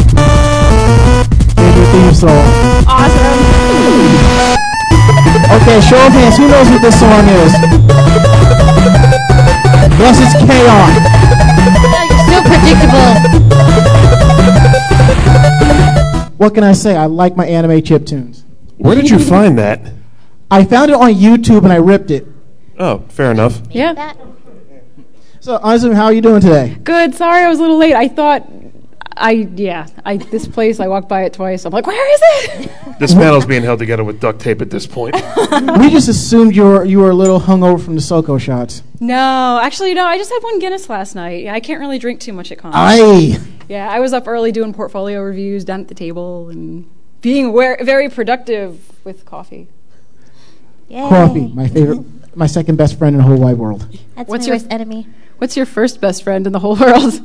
Speaker 2: Thank you, theme song. Okay, show of hands. Who knows what this song is? Yes, it's K.R.
Speaker 3: So predictable.
Speaker 2: What can I say? I like my anime chip tunes.
Speaker 4: Where did you find that?
Speaker 2: I found it on YouTube and I ripped it.
Speaker 4: Oh, fair enough.
Speaker 7: Yeah.
Speaker 2: So, Azum, how are you doing today?
Speaker 7: Good. Sorry, I was a little late. I thought, I yeah, I this place. I walked by it twice. I'm like, where is it? [laughs]
Speaker 4: This panel's being held together with duct tape at
Speaker 2: [laughs]
Speaker 4: this point.
Speaker 2: We just assumed you were you were a little hungover from the Soko shots.
Speaker 7: no, actually, no. I just had one Guinness last night. Yeah, I can't really drink too much at cons.
Speaker 2: Aye.
Speaker 7: yeah, I was up early doing portfolio reviews down at the table and being aware, very productive with coffee.
Speaker 3: Yay.
Speaker 2: Coffee, my favorite, my second best friend in the whole wide world.
Speaker 3: That's
Speaker 7: What's
Speaker 3: my
Speaker 7: your-
Speaker 3: worst enemy.
Speaker 7: What's your first best friend in the whole world?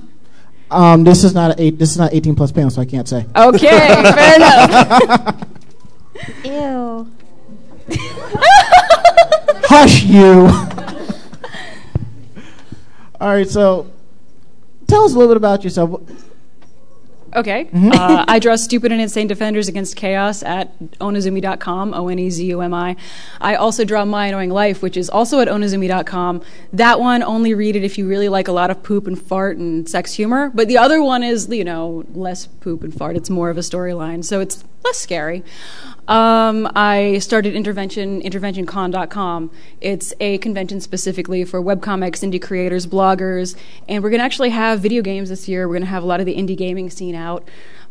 Speaker 2: Um, this is not a eight, this is not eighteen plus panel, so I can't say.
Speaker 7: Okay,
Speaker 2: [laughs]
Speaker 7: fair enough.
Speaker 3: Ew.
Speaker 2: Hush
Speaker 7: [laughs]
Speaker 2: you. All right, so tell us a little bit about yourself.
Speaker 7: Okay. Uh, I draw stupid and insane defenders against chaos at onizumi.com, O N E Z U M I. I also draw My Annoying Life, which is also at onizumi.com. That one, only read it if you really like a lot of poop and fart and sex humor. But the other one is, you know, less poop and fart. It's more of a storyline, so it's less scary. Um, I started Intervention, interventioncon.com. It's a convention specifically for webcomics, indie creators, bloggers, and we're going to actually have video games this year. We're going to have a lot of the indie gaming scene out.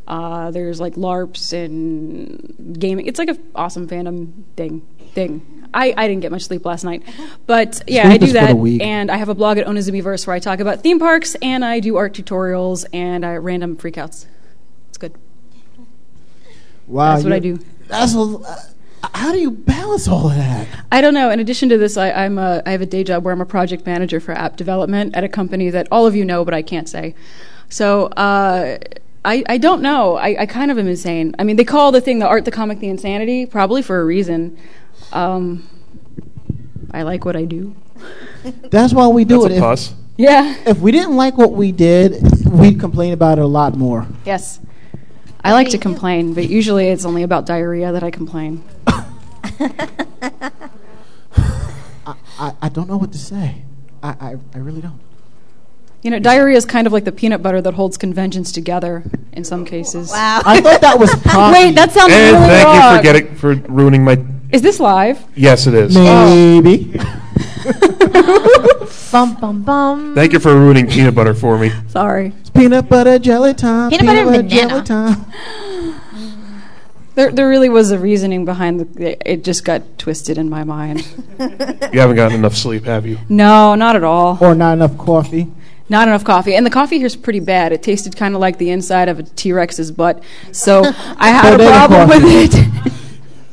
Speaker 7: Uh, there's like LARPs and gaming. It's like an awesome fandom thing. Thing. I, I didn't get much sleep last night, but yeah,
Speaker 8: Sleep
Speaker 7: I do
Speaker 8: is for the
Speaker 7: that.
Speaker 8: weak.
Speaker 7: And I have a blog at Onizumiverse where I talk about theme parks and I do art tutorials and I random freakouts. It's good.
Speaker 2: Wow,
Speaker 7: That's what I
Speaker 2: you-
Speaker 7: do.
Speaker 2: That's a, uh, how do you balance all of that?
Speaker 7: I don't know. In addition to this, I, I'm a, I have a day job where I'm a project manager for app development at a company that all of you know, but I can't say. So uh, I, I don't know. I, I kind of am insane. I mean, they call the thing the art, the comic, the insanity, probably for a reason. Um, I like what I do. [laughs]
Speaker 2: That's why we do
Speaker 4: That's a
Speaker 2: it.
Speaker 4: plus.
Speaker 7: Yeah.
Speaker 2: If, if we didn't like what we did, we'd complain about it a lot more. [laughs]
Speaker 7: Yes. I like to complain, but usually it's only about diarrhea that I complain.
Speaker 2: I, I don't know what to say. I, I, I really don't.
Speaker 7: You know, diarrhea is kind of like the peanut butter that holds conventions together in some cases.
Speaker 3: Wow.
Speaker 2: I thought that was poppy.
Speaker 7: Wait, that sounded
Speaker 4: And
Speaker 7: really
Speaker 4: thank you
Speaker 7: wrong.
Speaker 4: for getting for ruining my.
Speaker 7: Is this live?
Speaker 4: Yes, it is.
Speaker 2: maybe.
Speaker 7: Oh.
Speaker 2: [laughs]
Speaker 7: [laughs]
Speaker 3: Bum bum bum.
Speaker 4: [laughs] Thank you for ruining peanut butter for me.
Speaker 7: Sorry.
Speaker 2: It's peanut butter jelly time.
Speaker 3: Peanut butter and banana.
Speaker 2: jelly time.
Speaker 7: There, there really was a reasoning behind the. It just got twisted in my mind.
Speaker 4: You haven't gotten enough sleep, have you?
Speaker 7: no, not at all.
Speaker 2: Or not enough coffee.
Speaker 7: Not enough coffee. And the coffee here's pretty bad. It tasted kind of like the inside of a T Rex's butt. So I had a
Speaker 2: Bodega
Speaker 7: problem with
Speaker 2: coffee.
Speaker 7: it.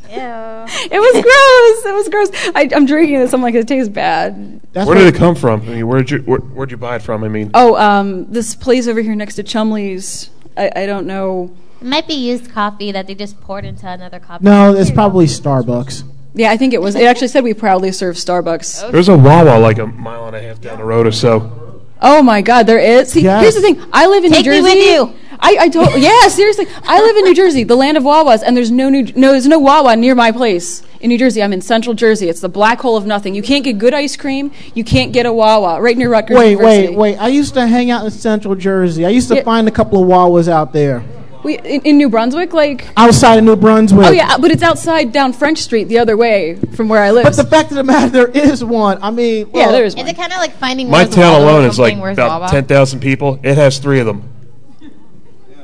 Speaker 3: Ew.
Speaker 7: It was gross. It was gross. I, I'm drinking this. I'm like, it tastes bad.
Speaker 2: That's
Speaker 4: Where
Speaker 2: what-
Speaker 4: did it come from? I mean, where'd you where, where'd you buy it from? I mean,
Speaker 7: Oh, um, this place over here next to Chumley's. I, I don't know.
Speaker 3: It might be used coffee that they just poured into another cup.
Speaker 2: No, it's probably Starbucks.
Speaker 7: Yeah, I think it was. It actually said we proudly serve Starbucks.
Speaker 4: there's a Wawa like a mile and a half down the road or so.
Speaker 7: Oh my God, there is. See,
Speaker 2: Yes.
Speaker 7: here's the thing. I live in
Speaker 3: Take
Speaker 7: New
Speaker 3: me
Speaker 7: Jersey.
Speaker 3: with you.
Speaker 7: I,
Speaker 3: [laughs]
Speaker 7: I don't. Yeah, seriously. I live in New Jersey, the land of Wawas, and there's no new, no, there's no Wawa near my place in New Jersey. I'm in Central Jersey. It's the black hole of nothing. You can't get good ice cream. You can't get a Wawa right near Rutgers
Speaker 2: Wait,
Speaker 7: University.
Speaker 2: wait, wait. I used to hang out in Central Jersey. I used to
Speaker 7: Yeah.
Speaker 2: find a couple of Wawas out there
Speaker 7: We, in, in New Brunswick, like.
Speaker 2: outside of New Brunswick.
Speaker 7: Oh yeah, but it's outside down French Street, the other way from where I live.
Speaker 2: But the fact of the matter, there is one. I mean,
Speaker 7: yeah,
Speaker 2: look,
Speaker 7: there is
Speaker 3: Is
Speaker 7: one.
Speaker 3: it kind of like finding
Speaker 4: My
Speaker 3: where's
Speaker 4: town
Speaker 3: Wawa
Speaker 4: alone
Speaker 3: or
Speaker 4: is like
Speaker 3: something, where's
Speaker 4: about
Speaker 3: Wawa?
Speaker 4: ten thousand people. It has three of them.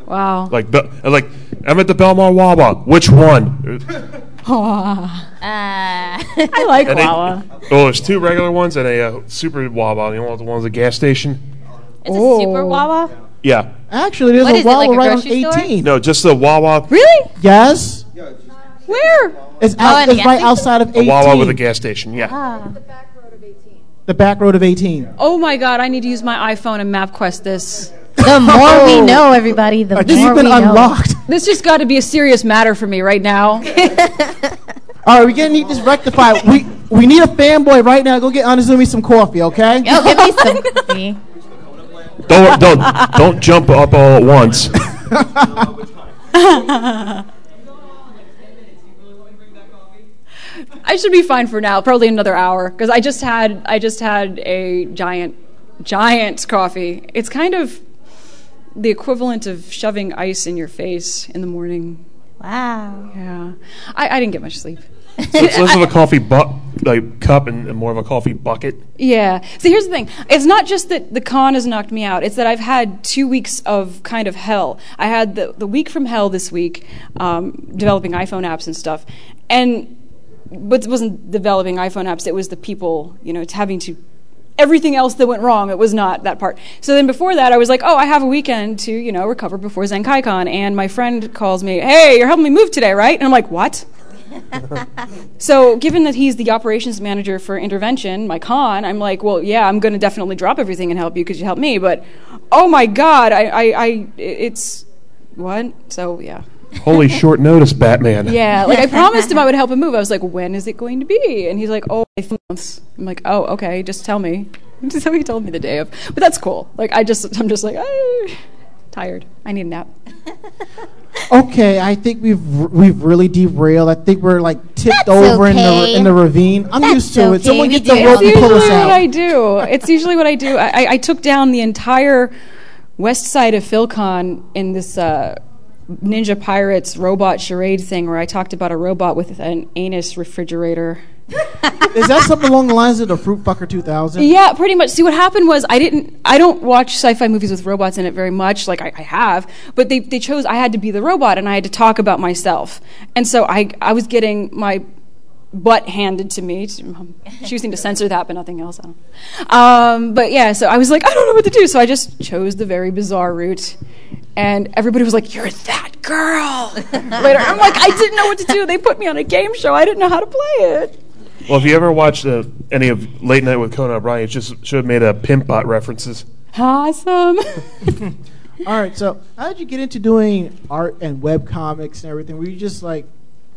Speaker 7: Wow.
Speaker 4: Like Bel- like I'm at the Belmont Wawa. Which
Speaker 7: [laughs]
Speaker 4: one?
Speaker 3: Uh,
Speaker 7: I like
Speaker 4: And
Speaker 3: [laughs]
Speaker 4: it-
Speaker 7: Wawa.
Speaker 4: Oh, there's two regular ones and a uh, super Wawa. You know, the ones at the gas station.
Speaker 3: it's a super
Speaker 7: Oh.
Speaker 3: Wawa.
Speaker 4: Yeah.
Speaker 2: actually, there's
Speaker 3: What
Speaker 2: a
Speaker 3: is it, like
Speaker 2: Wawa
Speaker 3: a
Speaker 2: right on
Speaker 3: grocery store?
Speaker 2: 18.
Speaker 4: No, just the Wawa.
Speaker 7: Really?
Speaker 2: Yes,
Speaker 7: Where?
Speaker 2: it's,
Speaker 3: Oh,
Speaker 2: out,
Speaker 3: and
Speaker 2: it's
Speaker 3: gas
Speaker 2: right
Speaker 3: station?
Speaker 2: outside of 18.
Speaker 4: Wawa with a gas station. Yeah.
Speaker 7: Ah.
Speaker 2: the back road of 18.
Speaker 7: Oh my God, I need to use my iPhone and MapQuest this.
Speaker 3: [laughs] The more we know, everybody, the
Speaker 2: This
Speaker 3: more
Speaker 2: has
Speaker 3: we
Speaker 2: been
Speaker 3: know. [laughs]
Speaker 2: unlocked.
Speaker 7: This just got to be a serious matter for me right now.
Speaker 2: All right, we're gonna need this rectified. We we need a fanboy right now. Go get Anazumi some coffee, okay?
Speaker 3: Oh, give me some [laughs] coffee.
Speaker 7: [laughs]
Speaker 4: Don't don't don't jump up all at once.
Speaker 7: I should be fine for now, probably another hour, because I just had I just had a giant giant coffee. It's kind of the equivalent of shoving ice in your face in the morning.
Speaker 3: Wow.
Speaker 7: Yeah, I, I didn't get much sleep.
Speaker 4: It's less of a coffee bu- like cup and, and more of a coffee bucket.
Speaker 7: Yeah. See, here's the thing. It's not just that the con has knocked me out. It's that I've had two weeks of kind of hell. I had the, the week from hell this week, um, developing iPhone apps and stuff. And, but it wasn't developing iPhone apps. It was the people, you know, it's having to, everything else that went wrong. It was not that part. So then before that, I was like, oh, I have a weekend to, you know, recover before ZenkaiCon. And my friend calls me, hey, you're helping me move today, right? And I'm like, what? So, given that he's the operations manager for intervention, my con, I'm like, well, yeah, I'm going to definitely drop everything and help you because you helped me. But, oh my God, I, I, I, it's what? So, yeah. [laughs]
Speaker 4: Holy short notice, Batman.
Speaker 7: Yeah, [laughs] like I promised him I would help him move. I was like, when is it going to be? And he's like, oh, I think months. I'm like, oh, okay, just tell me. [laughs] So he told me the day of. But that's cool. Like, I just, I'm just like, ah, tired. I need a nap.
Speaker 2: Okay, I think we've r- we've really derailed. I think we're like tipped
Speaker 3: That's
Speaker 2: over in
Speaker 3: okay.
Speaker 2: the in the ravine. I'm
Speaker 3: That's
Speaker 2: used to it.
Speaker 3: okay,
Speaker 2: Someone
Speaker 3: we
Speaker 2: get the
Speaker 3: do.
Speaker 2: rope
Speaker 7: It's
Speaker 2: and
Speaker 7: usually
Speaker 2: pull us
Speaker 7: what I
Speaker 2: out.
Speaker 7: do. It's usually what I do. I, I, I took down the entire west side of Philcon in this uh, Ninja Pirates robot charade thing where I talked about a robot with an anus refrigerator.
Speaker 2: Is that something along the lines of the Fruit Fucker 2000?
Speaker 7: Yeah, pretty much. See, what happened was I didn't. I don't watch sci-fi movies with robots in it very much. Like I, I have, but they they chose I had to be the robot and I had to talk about myself, and so I I was getting my butt handed to um, me. I'm choosing to censor that, but nothing else. I don't. Um, but yeah, so I was like, I don't know what to do, so I just chose the very bizarre route, and everybody was like, "You're that girl." [laughs] [laughs] Later, I'm like, I didn't know what to do.
Speaker 2: [laughs]
Speaker 7: They put me on a game show. I didn't know how to play it.
Speaker 4: Well, if you ever watched uh, any of Late Night with Conan O'Brien, you just should have made a pimp bot references.
Speaker 7: Awesome. [laughs]
Speaker 2: All right, so how did you get into doing art and web comics and everything? Were you just like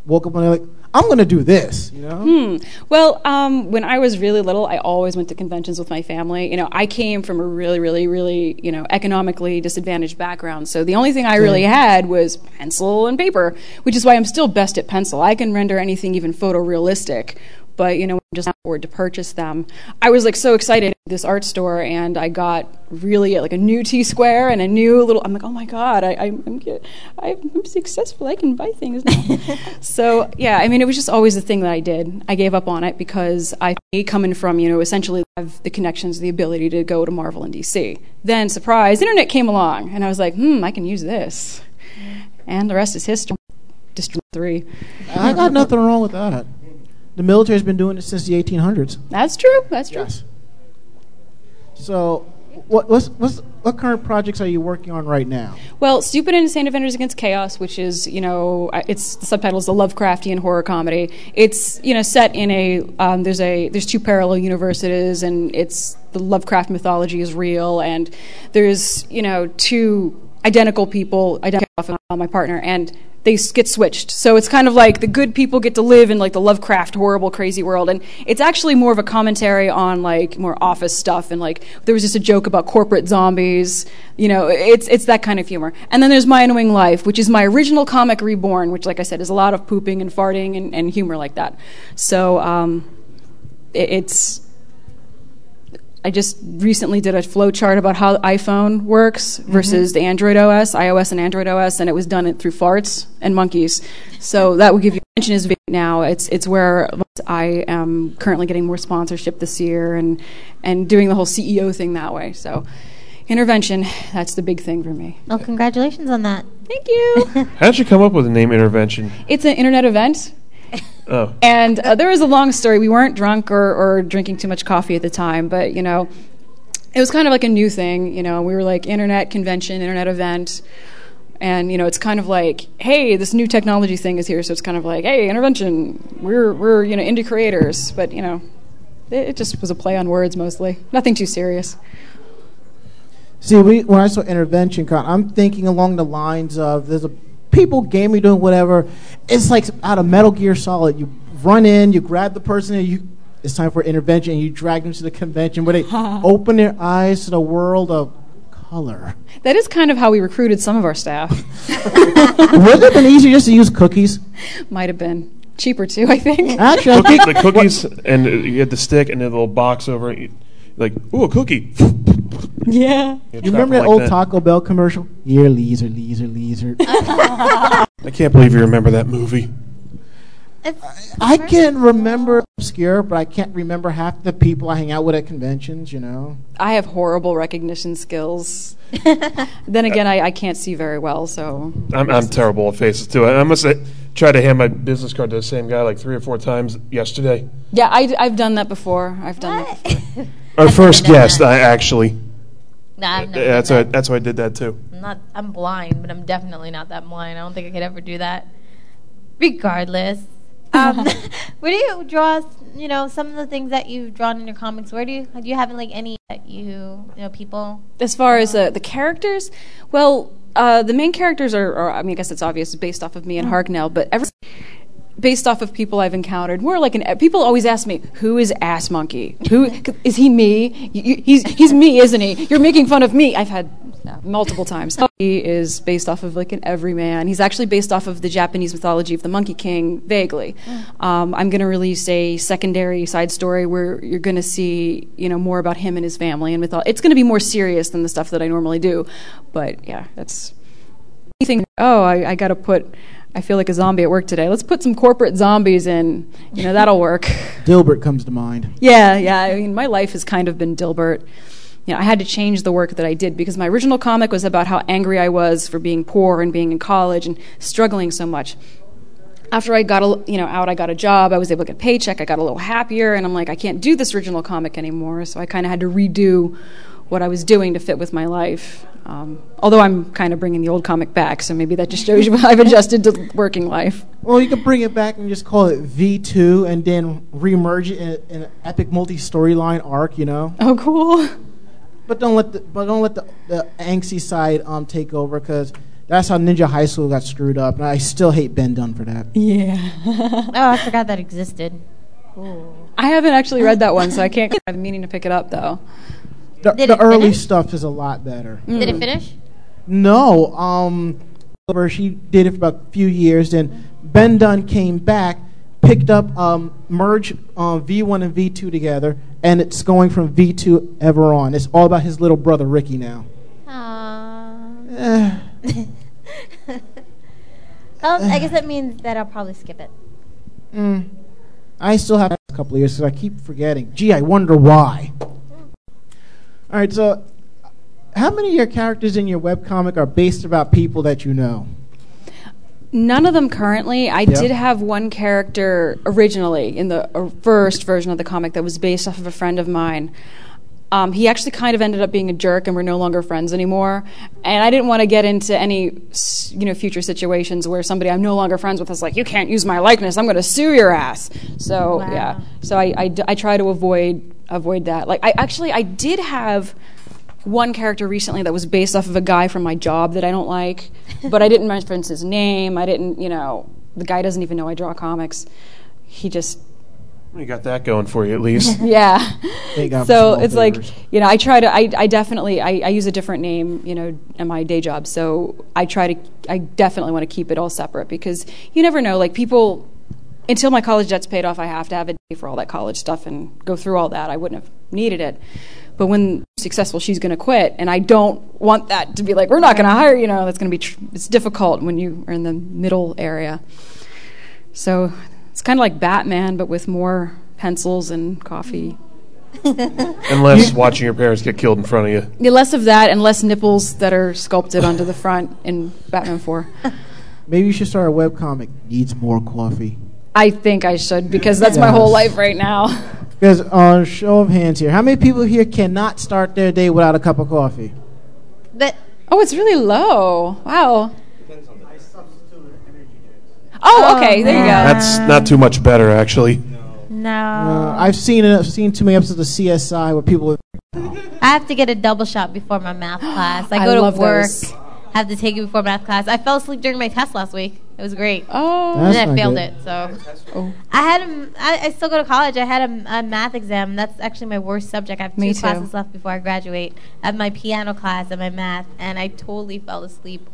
Speaker 2: woke up one day like I'm going to do this, you know?
Speaker 3: Hmm.
Speaker 7: Well, um, when I was really little, I always went to conventions with my family. You know, I came from a really, really, really, you know, economically disadvantaged background. So the only thing I really had was pencil and paper, which is why I'm still best at pencil. I can render anything even photorealistic, but you know, I'm just not afford to purchase them. I was like so excited at this art store, and I got really like a new T square and a new little. I'm like, oh my god, I, I'm I'm, get- I'm I'm successful. I can buy things now. So yeah, I mean, it was just always the thing that I did. I gave up on it because I, me coming from you know essentially I have the connections, the ability to go to Marvel and DC. Then surprise, internet came along, and I was like, hmm, I can use this. And the rest is history. District three.
Speaker 2: I got nothing wrong with that. The military's been doing it since the 1800s.
Speaker 7: That's true. That's true.
Speaker 2: So, what what's, what's, what current projects are you working on right now?
Speaker 7: Well, Stupid and Insane Defenders Against Chaos, which is, you know, uh, it's the subtitle is a Lovecraftian horror comedy. It's, you know, set in a um, there's a there's two parallel universes, and it's the Lovecraft mythology is real, and there's, you know, two identical people, identical uh, my partner, and they s- get switched. So it's kind of like the good people get to live in like the Lovecraft horrible crazy world, and it's actually more of a commentary on like more office stuff and like there was just a joke about corporate zombies. You know, it's it's that kind of humor. And then there's My Annoying Life, which is my original comic reborn, which like I said is a lot of pooping and farting and, and humor like that. So um, it, it's I just recently did a flow chart about how iPhone works
Speaker 3: Mm-hmm.
Speaker 7: versus the Android OS, iOS and Android OS, and it was done it through farts and monkeys. So that would give you attention is big now. It's it's where I am currently getting more sponsorship this year and and doing the whole CEO thing that way. So intervention, that's the big thing for me.
Speaker 3: Well, congratulations on that.
Speaker 7: Thank you.
Speaker 4: How did you come up with the name intervention?
Speaker 7: it's an internet event.
Speaker 4: Oh,
Speaker 7: And uh, there was a long story. We weren't drunk or, or drinking too much coffee at the time, but you know, it was kind of like a new thing. You know, we were like internet convention, internet event, and you know, it's kind of like, hey, this new technology thing is here. So it's kind of like, hey, intervention. We're we're you know indie creators, but you know, it, it just was a play on words mostly. Nothing too serious.
Speaker 2: See, we, when I saw intervention con, I'm thinking along the lines of there's a people gaming doing whatever. It's like out of Metal Gear Solid. You run in, you grab the person, and you it's time for intervention, and you drag them to the convention [laughs] where they open their eyes to the world of color. [laughs]
Speaker 7: That is kind of how we recruited some of our staff.
Speaker 2: Would it have been easier just to use cookies?
Speaker 7: [laughs] Might have been cheaper too, I think.
Speaker 2: Actually, I
Speaker 4: Cookie,
Speaker 2: think
Speaker 7: [laughs]
Speaker 4: the cookies, and uh, you had the stick and the little box over it. you- Like, ooh, a cookie.
Speaker 7: yeah.
Speaker 2: you remember that old Taco Bell commercial? Yeah, lizard, lizard, lizard. [laughs]
Speaker 4: I can't believe you remember that movie.
Speaker 2: I can remember obscure, but I can't remember half the people I hang out with at conventions. You know.
Speaker 7: I have horrible recognition skills. then again, I, I can't see very well, so
Speaker 4: I'm, I'm terrible at faces too. I, I must have tried to hand my business card to the same guy like three or four times yesterday.
Speaker 7: yeah, I, have done that before.
Speaker 3: [laughs]
Speaker 7: I've done that. Before.
Speaker 4: Our first guest, I actually.
Speaker 3: Nah, I'm not,
Speaker 4: That's why. That's why I did that too.
Speaker 3: I'm not. I'm blind, but I'm definitely not that blind. I don't think I could ever do that. Regardless, [laughs] um, where do you draw? You know, some of the things that you've drawn in your comics. Where do you do you have like any that you you know people?
Speaker 7: As far as uh, the characters, well, uh, the main characters are, are. I mean, I guess it's obvious, based off of me and Harknell, but every based off of people I've encountered. More like an people always ask me, "Who is Ass Monkey? Who is he? Me? You- you- he's he's me, isn't he? You're making fun of me." I've had that multiple times. He is based off of like an everyman. He's actually based off of the Japanese mythology of the Monkey King, vaguely. Um, I'm going to release a secondary side story where you're going to see you know more about him and his family and mythology. It's going to be more serious than the stuff that I normally do, but yeah, that's think, oh, I, I got to put, I feel like a zombie at work today. Let's put some corporate zombies in. You know, that'll work. [laughs]
Speaker 2: Dilbert comes to mind.
Speaker 7: Yeah, yeah. I mean, my life has kind of been Dilbert. You know, I had to change the work that I did because my original comic was about how angry I was for being poor and being in college and struggling so much. After I got a, you know out, I got a job. I was able to get a paycheck. I got a little happier, and I'm like, I can't do this original comic anymore. So I kind of had to redo what I was doing to fit with my life. Um, although I'm kind of bringing the old comic back, so maybe that just shows you how I've adjusted to working life.
Speaker 2: Well, you can bring it back and just call it V2 and then remerge it in, in an epic multi-storyline arc, you know?
Speaker 7: Oh, cool.
Speaker 2: But don't let the, but don't let the, the angsty side um, take over because that's how Ninja High School got screwed up, and I still hate Ben Dunn for that.
Speaker 7: Yeah.
Speaker 3: Oh, I forgot that existed.
Speaker 7: I haven't actually read that one, so I can't. [laughs] I've been meaning to pick it up though.
Speaker 2: The,
Speaker 3: Did
Speaker 2: the
Speaker 3: it
Speaker 2: early
Speaker 3: finish? Mm.
Speaker 2: stuff is a lot better.
Speaker 3: Did it finish?
Speaker 2: No, um, where she did it for about a few years. Then Ben Dunn came back, picked up, um, merged uh, V1 and V2 together, and it's going from V2 ever on. It's all about his little brother Ricky now.
Speaker 3: Aww.
Speaker 2: Eh,
Speaker 3: Well, I guess [laughs] that means that I'll probably skip it.
Speaker 2: mm. I still have a couple of years because I keep forgetting. Gee, I wonder why. All right, so how many of your characters in your webcomic are based about people that you know?
Speaker 7: None of them currently. I did have one character originally in the uh, first version of the comic that was based off of a friend of mine. Um, he actually kind of ended up being a jerk, and we're no longer friends anymore. And I didn't want to get into any, s- you know, future situations where somebody I'm no longer friends with is like, "You can't use my likeness. I'm going to sue your ass." So
Speaker 3: Wow.
Speaker 7: yeah, so I, I d- I try to avoid avoid that. Like I actually I did have one character recently that was based off of a guy from my job that I don't like, but I didn't reference his name. I didn't, you know, the guy doesn't even know I draw comics. He just,
Speaker 4: You got that going for you at least.
Speaker 7: [laughs] yeah.
Speaker 2: Big up
Speaker 7: so
Speaker 2: small
Speaker 7: it's
Speaker 2: favors.
Speaker 7: like, you know, I try to, I, I definitely, I, I use a different name, you know, in my day job. So I try to, I definitely want to keep it all separate because you never know. Like people, until my college debt's paid off, I have to have a day for all that college stuff and go through all that. I wouldn't have needed it. But when successful, she's going to quit, and I don't want that to be like we're not going to hire. You know, that's going to be tr- it's difficult when you are in the middle area. So it's kind of like Batman, but with more pencils and coffee. [laughs]
Speaker 4: Unless watching your parents get killed in front of you.
Speaker 7: Yeah, less of that and less nipples that are sculpted onto the front in Batman Four.
Speaker 2: Maybe you should start a webcomic. Needs more coffee.
Speaker 7: I think I should because that's my whole life right now.
Speaker 2: Because on show of hands here, how many people here cannot start their day without a cup of coffee?
Speaker 3: But
Speaker 7: Oh, it's really low. Wow. Oh, okay. There you go.
Speaker 4: That's not too much better, actually.
Speaker 2: Uh,
Speaker 3: no.
Speaker 2: I've seen it, I've seen too many episodes of CSI where people.
Speaker 3: I have to get a double shot before my [gasps] math class. I
Speaker 7: I
Speaker 3: go
Speaker 7: love
Speaker 3: to work,
Speaker 7: those.
Speaker 3: have to take it before math class. I fell asleep during my test last week. It was great.
Speaker 7: Oh,
Speaker 2: That's
Speaker 3: and then I
Speaker 2: not
Speaker 3: failed
Speaker 2: good.
Speaker 3: it. So I had a, I, I still go to college. I had a, a math exam. That's actually my worst subject. I have two
Speaker 7: Me too.
Speaker 3: classes left before I graduate. I have my piano class and my math, and I totally fell asleep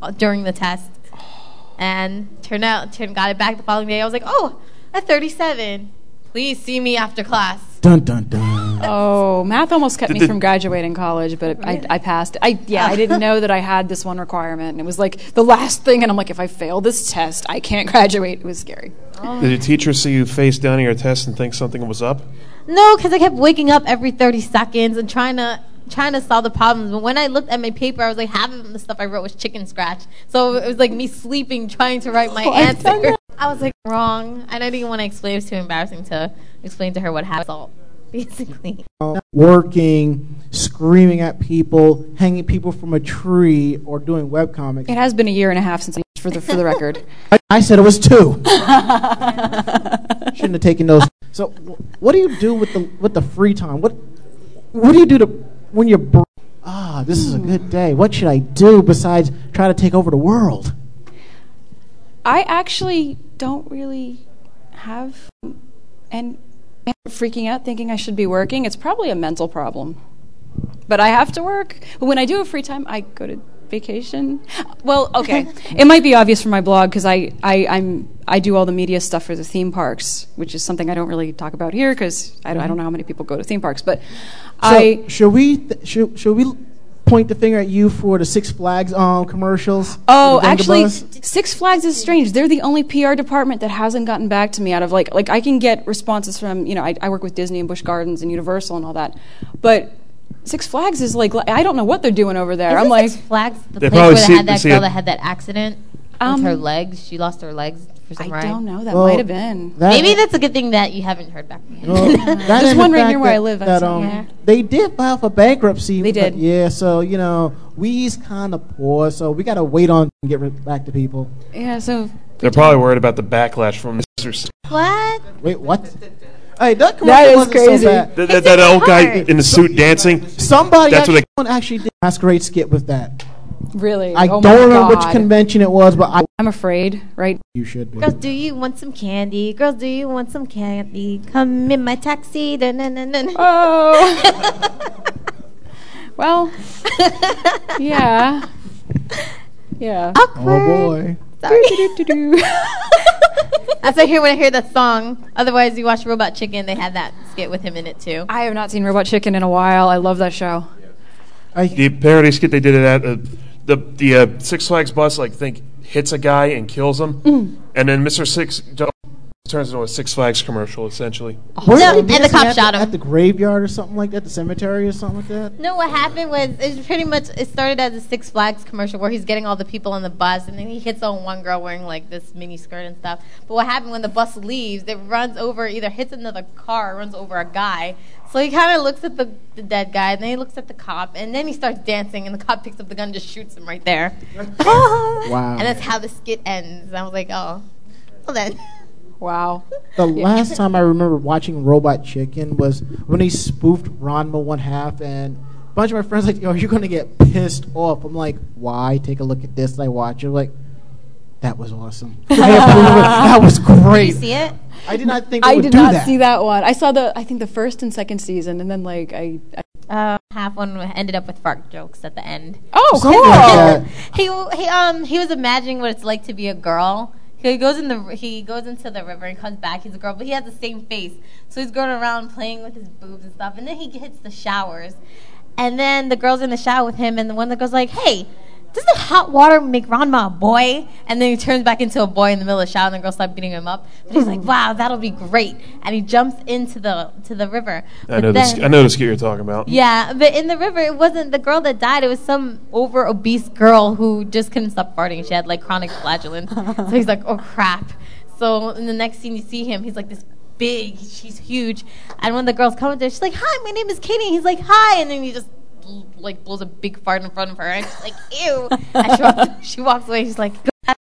Speaker 3: uh, during the test. And turned out, turned got it back the following day. I was like, oh, a 37. Please see me after class.
Speaker 2: Dun dun dun.
Speaker 7: oh, math almost kept me
Speaker 4: Did-
Speaker 7: from graduating college, but I, I passed. I yeah, I didn't know that I had this one requirement, and it was like the last thing, and I'm like, if I fail this test, I can't graduate. It was scary.
Speaker 4: Did your teacher see you face down at your test and think something was up?
Speaker 3: No, because I kept waking up every 30 seconds and trying to trying to solve the problems. But when I looked at my paper, I was like, half of the stuff I wrote was chicken scratch. So it was like me sleeping trying to write my answer. [laughs] I was like wrong, and I didn't want to explain. It was too embarrassing to explain to her what happened. So, [laughs] Basically,
Speaker 2: Working, screaming at people, hanging people from a tree, or doing webcomics.
Speaker 7: It has been a year and a half since I for the for the record. [laughs]
Speaker 2: I, I said it was two. Shouldn't have taken those. So, wh- what do you do with the with the free time? What What do you do to when you're br- ah? This is a good day. What should I do besides try to take over the world?
Speaker 7: I actually don't really have and freaking out thinking I should be working. It's probably a mental problem. But I have to work. But when I do have free time, I go to vacation. Well, okay. it might be obvious from my blog because I, I, I'm, I do all the media stuff for the theme parks, which is something I don't really talk about here because I, don't- I don't know how many people go to theme parks. But
Speaker 2: So
Speaker 7: I.
Speaker 2: should we th- should should we point the finger at you for the Six Flags um, commercials?
Speaker 7: Oh,
Speaker 2: With the
Speaker 7: actually,
Speaker 2: Bungaboos?
Speaker 7: Six Flags is strange. They're the only PR department that hasn't gotten back to me out of like like I can get responses from you know I, I work with Disney and Busch Gardens and Universal and all that, but Six Flags is like I don't know what they're doing over there. I'm
Speaker 3: Isn't
Speaker 7: like
Speaker 3: Six Flags the
Speaker 4: They
Speaker 3: place
Speaker 4: probably
Speaker 3: where they
Speaker 4: see-
Speaker 3: had that
Speaker 4: see
Speaker 3: girl
Speaker 4: it-
Speaker 3: that had that accident
Speaker 7: Um,
Speaker 3: with her legs. She lost her legs for
Speaker 7: I
Speaker 3: some ride.
Speaker 7: don't know. That
Speaker 2: Well,
Speaker 7: might have been.
Speaker 2: That-
Speaker 3: Maybe that's a good thing that you haven't heard back from him. [laughs]
Speaker 2: Well, that
Speaker 7: There's
Speaker 2: and
Speaker 7: one
Speaker 2: the
Speaker 7: right
Speaker 2: fact
Speaker 7: near where I
Speaker 2: that-
Speaker 7: live, I
Speaker 2: That,
Speaker 7: saw.
Speaker 2: um,
Speaker 3: Yeah.
Speaker 2: They did file for bankruptcy.
Speaker 7: They
Speaker 2: but
Speaker 7: did.
Speaker 2: Yeah, so you know we's kind of poor, so we gotta wait on and get re- back to people.
Speaker 7: Yeah. So
Speaker 4: They're probably worried about the backlash from the scissors.
Speaker 3: what?
Speaker 2: Wait, what? Hey, that commercial
Speaker 7: That is
Speaker 2: wasn't
Speaker 7: crazy.
Speaker 2: so bad.
Speaker 4: That,
Speaker 3: It's
Speaker 4: that, that
Speaker 3: in my
Speaker 4: old guy
Speaker 3: heart.
Speaker 4: in the suit dancing.
Speaker 2: Somebody
Speaker 4: That's what
Speaker 2: actually, someone actually did a masquerade skit with that.
Speaker 7: really,
Speaker 2: I
Speaker 7: oh my
Speaker 2: don't remember
Speaker 7: God.
Speaker 2: which convention it was, but I
Speaker 7: I'm afraid, [laughs] right?
Speaker 2: you should be.
Speaker 3: Girls, do you want some candy? Girls, do you want some candy? Come in my taxi. Dun, dun, dun, dun.
Speaker 7: Oh. [laughs]
Speaker 3: [laughs]
Speaker 7: well, [laughs] yeah, yeah.
Speaker 2: Oh boy.
Speaker 7: Do-do-do-do-do.
Speaker 3: [laughs] That's what I hear when I hear that song. Otherwise, you watch Robot Chicken. They had that skit with him in it too.
Speaker 7: I have not seen Robot Chicken in a while. I love that show.
Speaker 2: I,
Speaker 4: The parody skit they did it at uh, the the uh, Six Flags bus like think hits a guy and kills him, and then Mr. Six Dog turns into a Six Flags commercial essentially.
Speaker 2: Where
Speaker 3: No,
Speaker 2: were they
Speaker 3: and the
Speaker 2: dancing
Speaker 3: cop
Speaker 2: at
Speaker 3: shot him.
Speaker 2: at the graveyard or something like that, the cemetery or something like that.
Speaker 3: No, what happened was it was pretty much it started as a Six Flags commercial where he's getting all the people on the bus, and then he hits on one girl wearing like this mini skirt and stuff. But what happened when the bus leaves? It runs over, either hits another car, or runs over a guy. So he kind of looks at the, the dead guy, and then he looks at the cop, and then he starts dancing, and the cop picks up the gun, and just shoots him right there. [laughs]
Speaker 2: Wow.
Speaker 3: And that's how the skit ends. And I was like, oh, well then.
Speaker 7: Wow.
Speaker 2: The
Speaker 3: [laughs]
Speaker 2: last time I remember watching Robot Chicken was when they spoofed Ranma one half, and a bunch of my friends like, "Yo, you're gonna get pissed off." I'm like, "Why?" Take a look at this. And I watch it. I'm like, that was awesome. I approve it. That was
Speaker 3: Did you
Speaker 2: great.
Speaker 3: see it?
Speaker 2: I did not think they
Speaker 7: I
Speaker 2: would
Speaker 7: did
Speaker 2: do
Speaker 7: not
Speaker 2: that.
Speaker 7: see that one. I saw the I think the first and second season, and then like I. I
Speaker 3: Uh, half one ended up with fart jokes at the end.
Speaker 7: oh,
Speaker 2: Something like that.
Speaker 3: he he um he was imagining what it's like to be a girl. He goes in the he goes into the river and comes back. He's a girl, but he has the same face. So he's going around playing with his boobs and stuff. And then he hits the showers, and then the girl's in the shower with him. And the one that goes like, "Hey, doesn't hot water make Ranma a boy?" And then he turns back into a boy in the middle of the shower, and the girl starts beating him up. But he's
Speaker 4: [laughs]
Speaker 3: like, "Wow, that'll be great!" And he jumps into the to the river.
Speaker 4: I
Speaker 3: But
Speaker 4: know this.
Speaker 3: then-
Speaker 4: I know the skit you're talking about.
Speaker 3: yeah, but in the river, it wasn't the girl that died. It was some over obese girl who just couldn't stop farting. She had like chronic flatulence. so he's like, oh crap. So in the next scene, you see him. He's like this big. She's huge. And when the girls come up there, she's like, hi, my name is Katie. And he's like, hi. And then he just bl- like blows a big fart in front of her. And she's like, ew. and she walks, she walks away. She's like,
Speaker 2: I,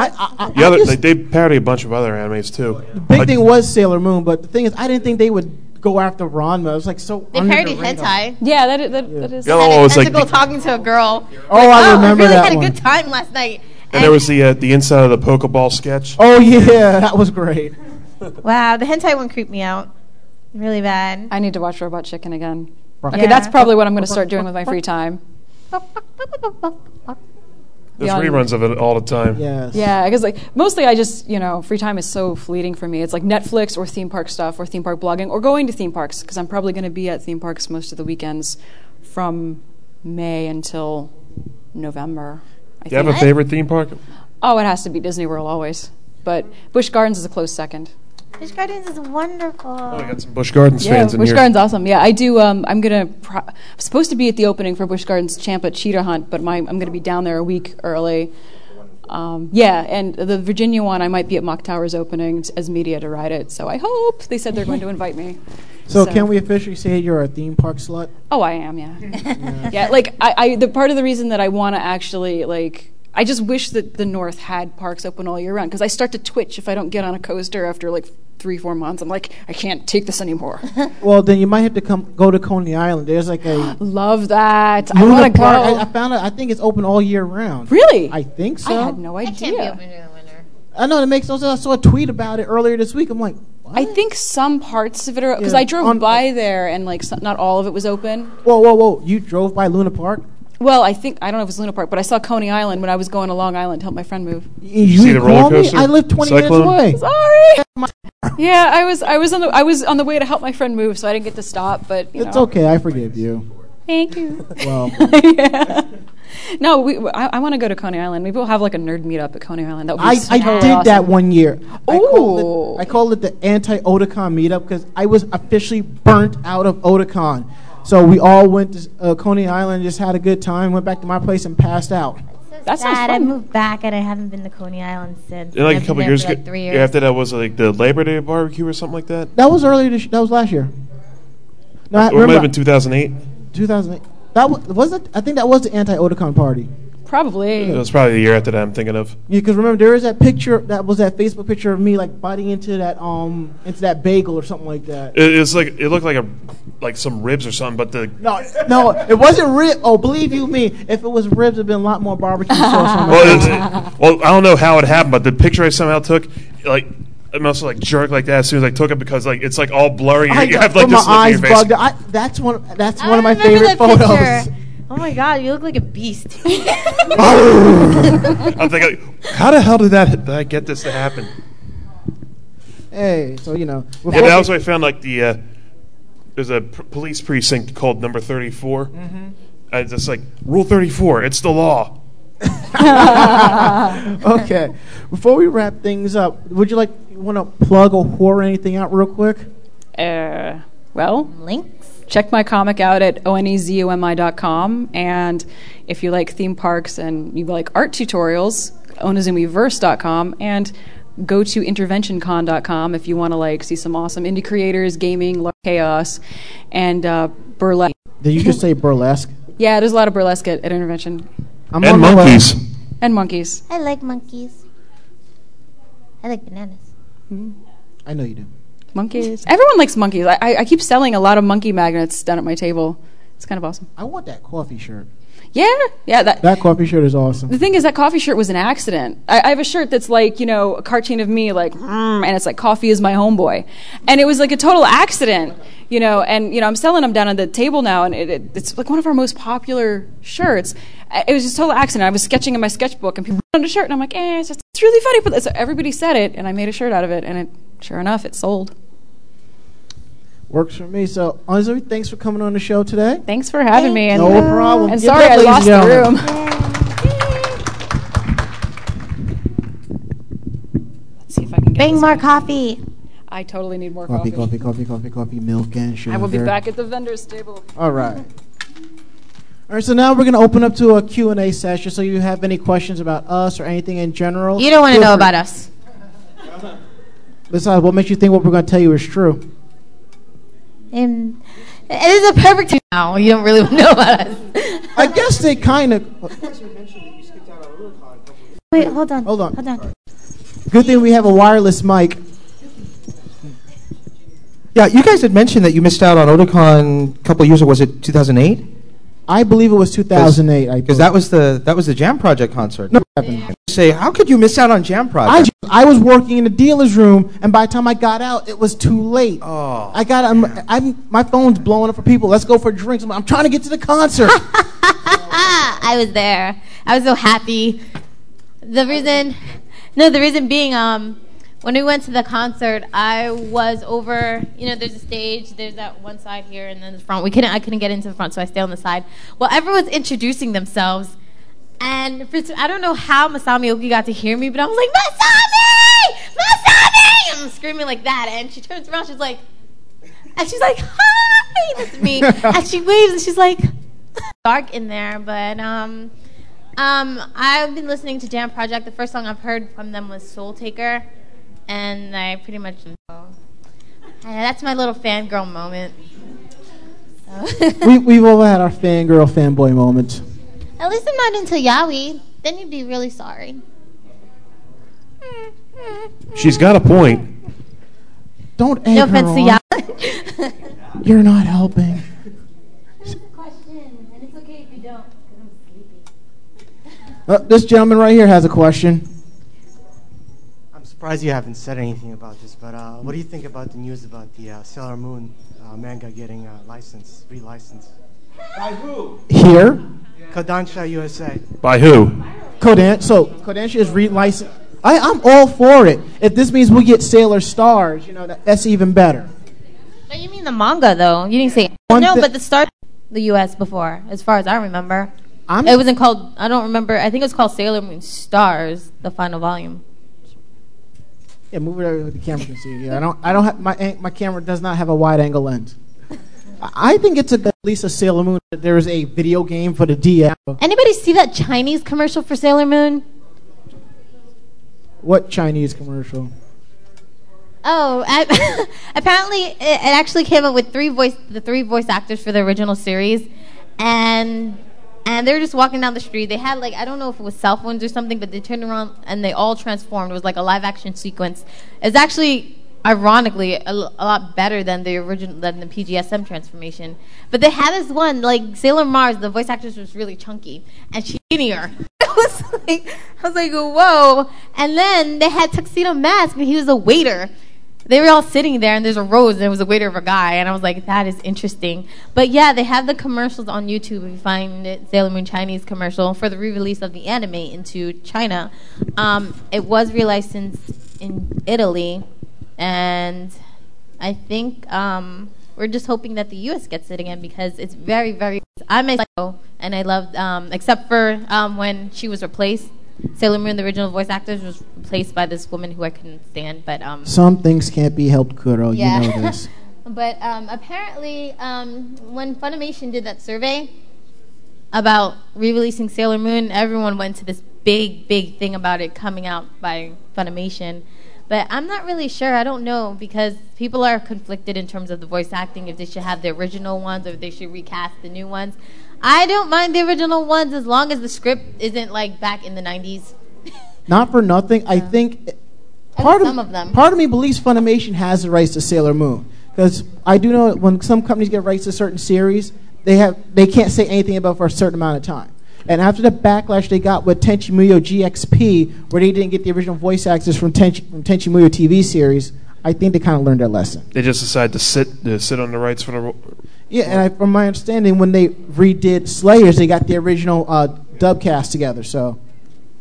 Speaker 2: I, I,
Speaker 4: The other,
Speaker 2: I just-
Speaker 4: like, they parody a bunch of other animes too.
Speaker 2: big
Speaker 4: Like,
Speaker 2: thing was Sailor Moon, but the thing is, I didn't think they would go after Ranma. It was like so.
Speaker 3: they
Speaker 2: under the
Speaker 3: parody
Speaker 2: radar.
Speaker 3: hentai.
Speaker 7: Yeah, that, i- that, that is.
Speaker 4: the other one Oh, was like,
Speaker 3: Tentacle
Speaker 4: the-
Speaker 3: talking to a girl.
Speaker 2: Oh, I
Speaker 3: oh,
Speaker 2: remember
Speaker 3: I really
Speaker 2: that
Speaker 3: had
Speaker 2: one.
Speaker 3: a good time last night.
Speaker 4: and there was the uh, the inside of the Pokeball sketch.
Speaker 2: Oh yeah, [laughs] that was great.
Speaker 3: Wow, the hentai one creeped me out really bad.
Speaker 7: I need to watch Robot Chicken again.
Speaker 2: Right.
Speaker 7: Okay,
Speaker 3: Yeah.
Speaker 7: that's probably what I'm going to start doing with my free time.
Speaker 4: There's
Speaker 7: yeah.
Speaker 4: reruns of it all the time.
Speaker 2: Yes.
Speaker 7: Yeah, because like mostly I just you know free time is so fleeting for me. It's like Netflix or theme park stuff or theme park blogging or going to theme parks because I'm probably going to be at theme parks most of the weekends from May until November. I
Speaker 4: Do you have
Speaker 7: think.
Speaker 4: a favorite theme park?
Speaker 7: oh, it has to be Disney World always, but Busch Gardens is a close second.
Speaker 3: Fish Gardens is wonderful.
Speaker 4: Oh, we got some Busch Gardens
Speaker 7: Yeah,
Speaker 4: fans in
Speaker 7: Busch
Speaker 4: here.
Speaker 7: Gardens awesome. Yeah, I do. Um, I'm gonna pro- I'm supposed to be at the opening for Busch Gardens Champa Cheetah Hunt, but my, I'm gonna be down there a week early. Um, yeah, and the Virginia one, I might be at Mock Towers opening s- as media to ride it. So I hope they said they're going to invite me.
Speaker 2: So,
Speaker 7: So-
Speaker 2: can we officially say you're a theme park slut?
Speaker 7: Oh, I am. Yeah, yeah. Like I, I, the part of the reason that I want to actually like. I just wish that the North had parks open all year round because I start to twitch if I don't get on a coaster after like three, four months. I'm like, I can't take this anymore.
Speaker 2: Well, then you might have to come go to Coney Island. There's like a
Speaker 7: Love that. [gasps] I
Speaker 2: Luna
Speaker 7: want to go.
Speaker 2: Park. I, I found out. I think it's open all year round.
Speaker 7: Really?
Speaker 2: I think so.
Speaker 7: I had no
Speaker 3: It can't be
Speaker 7: idea.
Speaker 3: open during the winter.
Speaker 2: I know it makes no sense. I saw a tweet about it earlier this week. I'm like, what?
Speaker 7: I think some parts of it are because
Speaker 2: Yeah,
Speaker 7: I drove
Speaker 2: on-
Speaker 7: by there and like so, not all of it was open.
Speaker 2: whoa, whoa, whoa! You drove by Luna Park.
Speaker 7: Well, I think I don't know if it was Luna Park, but I saw Coney Island when I was going to Long Island to help my friend move.
Speaker 2: You
Speaker 4: see the roller
Speaker 2: call me?
Speaker 4: coaster?
Speaker 2: I live 20
Speaker 4: Cyclone?
Speaker 7: [laughs]
Speaker 2: minutes away. [laughs]
Speaker 7: Sorry. Yeah, I was I was on the I was on the way to help my friend move, so I didn't get to stop. But you
Speaker 2: It's
Speaker 7: know.
Speaker 2: okay. I forgive you.
Speaker 7: Thank you.
Speaker 2: Well.
Speaker 7: [laughs] yeah. No, we, I, I want to go to Coney Island. Maybe we'll have like a nerd meetup at Coney Island. That would be
Speaker 2: I, I
Speaker 7: so
Speaker 2: did that
Speaker 7: awesome.
Speaker 2: one year. I
Speaker 7: Ooh.
Speaker 2: called it, I called it the anti Otakon meetup because I was officially burnt out of Otakon. So we all went to uh, Coney Island, just had a good time, went back to my place and passed out.
Speaker 7: That sounds
Speaker 3: sad. I
Speaker 7: fun.
Speaker 3: moved back and I haven't been to Coney Island since.
Speaker 4: And like
Speaker 3: I've
Speaker 4: a
Speaker 3: been
Speaker 4: couple
Speaker 3: there
Speaker 4: years
Speaker 3: for,
Speaker 4: ago,
Speaker 3: like, three
Speaker 4: yeah,
Speaker 3: years.
Speaker 4: after that was uh, like the Labor Day barbecue or something like that,
Speaker 2: That was earlier. This, that was last year. No, I
Speaker 4: or it might
Speaker 2: remember
Speaker 4: have been 2008.
Speaker 2: 2008. That was, was it. I think that was the anti Otakon party.
Speaker 7: Probably.
Speaker 4: It was probably the year after that. I'm thinking of.
Speaker 2: Because remember, there was that picture that was that Facebook picture of me like biting into that um into that bagel or something like that.
Speaker 4: It, it's like it looked like a like some ribs or something, but the
Speaker 2: No, no, it wasn't rib. Oh, believe you me, if it was ribs, it'd been a lot more barbecue sauce on my
Speaker 4: [laughs] well, it- it- well, I don't know how it happened, but the picture I somehow took, like. I must have like jerked like that as soon as I took it because like it's like all blurry.
Speaker 2: I
Speaker 4: you
Speaker 2: know,
Speaker 4: have like
Speaker 2: but
Speaker 4: this
Speaker 2: my
Speaker 4: look
Speaker 2: eyes
Speaker 4: in your face.
Speaker 2: bugged. out. [laughs] I, that's one. That's
Speaker 3: I
Speaker 2: one of my
Speaker 3: remember
Speaker 2: favorite
Speaker 3: that photos.
Speaker 2: photos.
Speaker 3: Picture. Oh my god, you look like a beast.
Speaker 4: [laughs] [laughs]
Speaker 3: [laughs]
Speaker 4: I'm thinking, how the hell did that did I get this to happen?
Speaker 2: [laughs] Hey, so you know.
Speaker 4: Yeah,
Speaker 2: before-
Speaker 4: that was where I found like the uh, there's a pr- police precinct called Number Thirty
Speaker 2: Mm-hmm.
Speaker 4: I just like Rule Thirty Four. It's the law.
Speaker 2: [laughs]
Speaker 3: [laughs]
Speaker 2: okay. Before we wrap things up, would you like you want to plug or whore anything out real quick?
Speaker 7: Uh, well,
Speaker 3: Links.
Speaker 7: check my comic out at E onezumi.com. And if you like theme parks and you like art tutorials, E onezumiverse.com. And go to interventioncon.com if you want to like see some awesome indie creators, gaming, lar- chaos, and uh, burlesque.
Speaker 2: Did you just say burlesque?
Speaker 7: Yeah, there's a lot of burlesque at, at intervention.
Speaker 2: I'm
Speaker 4: And
Speaker 2: on my way.
Speaker 4: monkeys.
Speaker 7: And monkeys.
Speaker 3: I like monkeys. I like bananas.
Speaker 2: I know you do.
Speaker 7: Monkeys. Everyone likes monkeys. I, I, I keep selling a lot of monkey magnets down at my table. It's kind of awesome.
Speaker 2: I want that coffee shirt.
Speaker 7: Yeah, yeah. That,
Speaker 2: That coffee shirt is awesome.
Speaker 7: the thing is, that coffee shirt was an accident. I, I have a shirt that's like, you know, a cartoon of me, like, mm, and it's like, coffee is my homeboy. And it was like a total accident, you know, and, you know, I'm selling them down at the table now, and it, it, it's like one of our most popular shirts. I- It was just a total accident. I was sketching in my sketchbook, and people found a shirt, and I'm like, eh, it's, just, it's really funny. But so everybody said it, and I made a shirt out of it, and it, sure enough, it sold.
Speaker 2: Works for me. So, honestly, thanks for coming on the show today.
Speaker 7: Thanks for having me. And,
Speaker 2: No problem.
Speaker 7: And
Speaker 2: Give it
Speaker 7: sorry
Speaker 2: up,
Speaker 7: I
Speaker 2: ladies
Speaker 7: lost
Speaker 2: and
Speaker 7: the
Speaker 2: gentlemen.
Speaker 7: room. [laughs] Let's see if I can get
Speaker 3: Bring
Speaker 7: this
Speaker 3: more
Speaker 7: back.
Speaker 3: coffee.
Speaker 7: I totally need more
Speaker 2: Coffee,
Speaker 7: coffee.
Speaker 2: coffee, coffee, coffee, coffee, milk and sugar.
Speaker 7: I will be back at the vendor's table.
Speaker 2: All right. All right. So now we're going to open up to a Q and A session. So you have any questions about us or anything in general?
Speaker 3: You don't want to
Speaker 2: feel
Speaker 3: know
Speaker 2: free.
Speaker 3: about us.
Speaker 2: Besides, what makes you think what we're going to tell you is true?
Speaker 3: And it is a perfect time now. You don't really [laughs] want to know about us.
Speaker 2: I guess they kind of.
Speaker 9: You guys had mentioned that you skipped out on Rubicon a couple of
Speaker 3: Wait, hold on.
Speaker 2: Hold on.
Speaker 3: Hold on.
Speaker 2: Good thing we have a wireless mic.
Speaker 10: Yeah, you guys had mentioned that you missed out on Otakon a couple years ago. Was it 2008?
Speaker 2: I believe it was 2008. I
Speaker 10: Because that was the that was the Jam Project concert.
Speaker 2: No, it happened.
Speaker 10: You say, how could you miss out on Jam
Speaker 2: I,
Speaker 10: Project?
Speaker 2: ju- I was working in the dealer's room, and by the time I got out, it was too late.
Speaker 10: Oh.
Speaker 2: I got I'm, I'm my phone's blowing up for people. Let's go for drinks. I'm, like, I'm trying to get to the concert.
Speaker 3: Ah, I was there. I was so happy. The reason, no, the reason being, um, when we went to the concert, I was over. You know, there's a stage. There's that one side here, and then the front. We couldn't. I couldn't get into the front, so I stayed on the side. Well, everyone's introducing themselves, and for, I don't know how Masami Oki got to hear me, but I was like, Masami, Masami! I'm screaming like that, and she turns around. She's like, and she's like, hi, that's me. and she waves, and she's like, dark in there, but um, um, I've been listening to Jam Project. The first song I've heard from them was Soul Taker, and I pretty much know. And that's my little fangirl moment. So. [laughs]
Speaker 2: we, we've all had our fangirl fanboy moments.
Speaker 3: At least I'm not into Yaoi. Then you'd be really sorry.
Speaker 4: She's got a point.
Speaker 2: Don't egg
Speaker 3: No
Speaker 2: her
Speaker 3: offense to
Speaker 2: on.
Speaker 3: Yaoi.
Speaker 2: You're not helping.
Speaker 3: question, and it's okay if you don't, because I'm sleepy.
Speaker 2: Uh, this gentleman right here has a question.
Speaker 11: I'm surprised you haven't said anything about this, but uh, what do you think about the news about the uh, Sailor Moon uh, manga getting uh, licensed, relicensed? By who?
Speaker 2: Here,
Speaker 11: Kodansha USA.
Speaker 4: By who?
Speaker 2: Kodan. So Kodansha is relicensed. I, I'm all for it. If this means we get Sailor Stars, you know that, that's even better.
Speaker 3: But you mean the manga, though. You didn't say.
Speaker 2: One
Speaker 3: no,
Speaker 2: thi-
Speaker 3: but the star. the U.S. before, as far as I remember.
Speaker 2: I'm-
Speaker 3: it wasn't called. I don't remember. I think it was called Sailor Moon Stars, the final volume.
Speaker 2: Yeah, move it over with the camera can see. Yeah, I don't. I don't have my an- my camera does not have a wide angle lens. I I think it's a, good- at least a Sailor Moon. that There is a video game for the DS.
Speaker 3: Anybody see that Chinese commercial for Sailor Moon?
Speaker 2: What Chinese commercial?
Speaker 3: Oh, I, [laughs] apparently it, it actually came up with three voice the three voice actors for the original series, and and they were just walking down the street. They had like I don't know if it was cell phones or something, but they turned around and they all transformed. It was like a live action sequence. It's actually ironically a, l- a lot better than the original than the PGSM transformation. But they had this one like Sailor Mars. The voice actress was really chunky and she's skinnier. [laughs] I was like, whoa. And then they had Tuxedo Mask, and he was a waiter. They were all sitting there, and there's a rose, and it was a waiter of a guy. And I was like, that is interesting. But yeah, they have the commercials on YouTube if you find it, Sailor Moon Chinese commercial for the re release of the anime into China. Um, it was relicensed in Italy, and I think um, we're just hoping that the U.S. gets it again because it's very, very. I'm a psycho, and I love, um, except for um, when she was replaced. Sailor Moon, the original voice actress, was replaced by this woman who I couldn't stand. But um,
Speaker 2: Some things can't be helped, Kuro.
Speaker 3: yeah.
Speaker 2: You know this.
Speaker 3: [laughs] but um, apparently, um, when Funimation did that survey about re-releasing Sailor Moon, everyone went to this big, big thing about it coming out by Funimation. But I'm not really sure. I don't know because people are conflicted in terms of the voice acting if they should have the original ones or if they should recast the new ones. I don't mind the original ones as long as the script isn't like back in the 90s.
Speaker 2: Not for nothing. I think part
Speaker 3: some
Speaker 2: of,
Speaker 3: of them.
Speaker 2: part of me believes Funimation has the rights to Sailor Moon because I do know when some companies get rights to certain series, they have they can't say anything about it for a certain amount of time. And after the backlash they got with Tenchi Muyo GXP, where they didn't get the original voice actors from Tenchi, from Tenchi Muyo TV series, I think they kind of learned their lesson.
Speaker 4: They just decide to sit to sit on the rights for the. ro-
Speaker 2: Yeah, and I, from my understanding, when they redid Slayers, they got the original uh, dubcast together. So.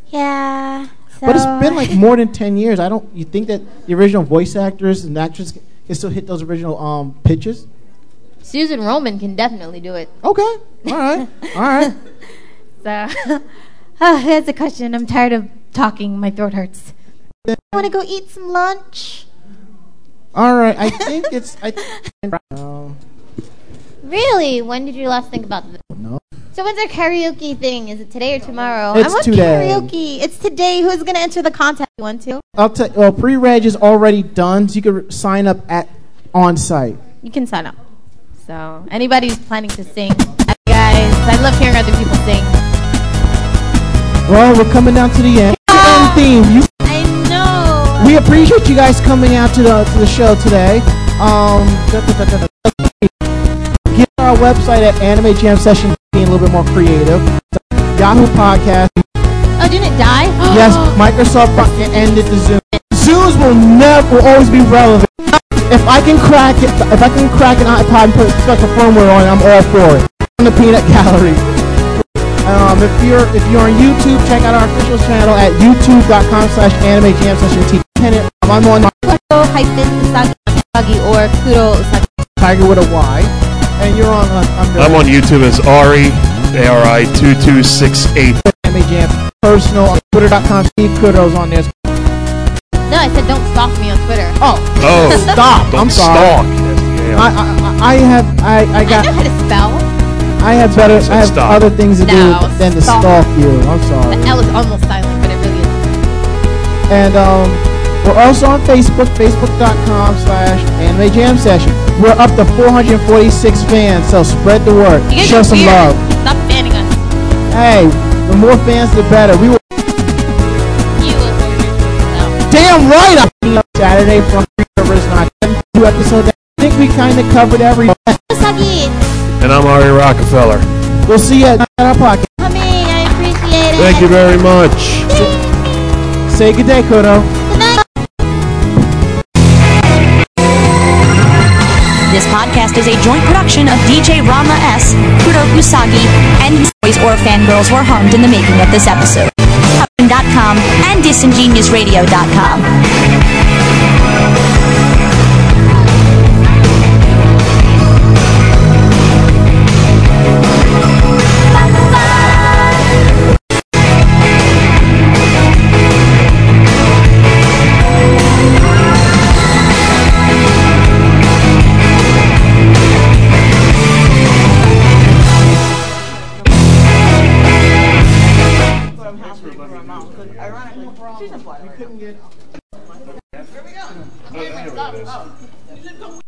Speaker 3: Yeah.
Speaker 2: But it's been like more than ten years. I don't. You think that the original voice actors and actresses can still hit those original um pitches?
Speaker 3: [laughs] Susan Roman can definitely do it.
Speaker 2: Okay. All right. All right.
Speaker 3: So [laughs] ah, that's a question. I'm tired of talking. My throat hurts. I want to go eat some lunch.
Speaker 2: All right. I think it's. I. um, No.
Speaker 3: [laughs] Really? When did you last think about this?
Speaker 2: No.
Speaker 3: So when's our karaoke thing? Is it today or tomorrow?
Speaker 2: It's
Speaker 3: I want
Speaker 2: today.
Speaker 3: karaoke. It's today. Who's gonna enter the contest? You want to?
Speaker 2: I'll tell. Well, pre-reg is already done, so you can re- sign up at on site.
Speaker 3: You can sign up. So anybody who's planning to sing, Hi, guys, I love hearing other people sing.
Speaker 2: Well, we're coming down to the end. The end theme. You
Speaker 3: I know.
Speaker 2: We appreciate you guys coming out to the to the show today. Um, da- da- da- da- da- get on our website at Anime Jam Session, being a little bit more creative. Yahoo Podcast.
Speaker 3: Oh, didn't it [gasps] die?
Speaker 2: Yes, Microsoft fu- ended the Zoom. Zooms will never will always be relevant. If I can crack it, if I can crack an iPod and put special firmware on, it, I'm all for it. On the peanut [laughs] gallery. Um, if you're if you're on YouTube, check out our official channel at youtube.com slash anime jam session T10. I'm on
Speaker 3: Kuro hyphen Usagi Usagi or Kuro Usagi.
Speaker 2: Tiger with a Y. And you're on uh, under
Speaker 4: I'm on YouTube as Ari A R I two two six
Speaker 2: [laughs]
Speaker 4: eight.
Speaker 2: anime jam personal on twitter.com. Steve Kudos on there.
Speaker 3: No, I said don't stalk me on Twitter.
Speaker 2: Oh.
Speaker 4: Oh,
Speaker 2: Stop.
Speaker 4: Don't
Speaker 2: I'm sorry.
Speaker 4: stalk.
Speaker 2: I, I, I- I have I, I got
Speaker 3: I know how to spell.
Speaker 2: I have better I have
Speaker 4: Stop.
Speaker 2: other things to do
Speaker 3: No,
Speaker 2: than to
Speaker 3: stop.
Speaker 2: stalk you. I'm sorry.
Speaker 3: The L is almost silent, but it really is.
Speaker 2: And um, we're also on Facebook, facebook.com slash anime jam session. We're up to 446 fans, so spread the word.
Speaker 3: You guys
Speaker 2: Show
Speaker 3: are
Speaker 2: some
Speaker 3: weird.
Speaker 2: love.
Speaker 3: Stop banning us.
Speaker 2: Hey, the more fans, the better. We were
Speaker 3: You losers.
Speaker 2: damn right I beat up Saturday from Rivers 9. Two episodes. I think we kind of covered everything.
Speaker 3: No. Usagi,
Speaker 4: And I'm Ari Rockefeller.
Speaker 2: We'll see you at our podcast.
Speaker 3: coming. I appreciate it.
Speaker 4: Thank you very much.
Speaker 2: Say good day, Kodo.
Speaker 3: Good night.
Speaker 1: This podcast is a joint production of DJ Rama S, Kuro Usagi, and his boys or fangirls were harmed in the making of this episode. com and disingeniousradio.com.
Speaker 4: what it is.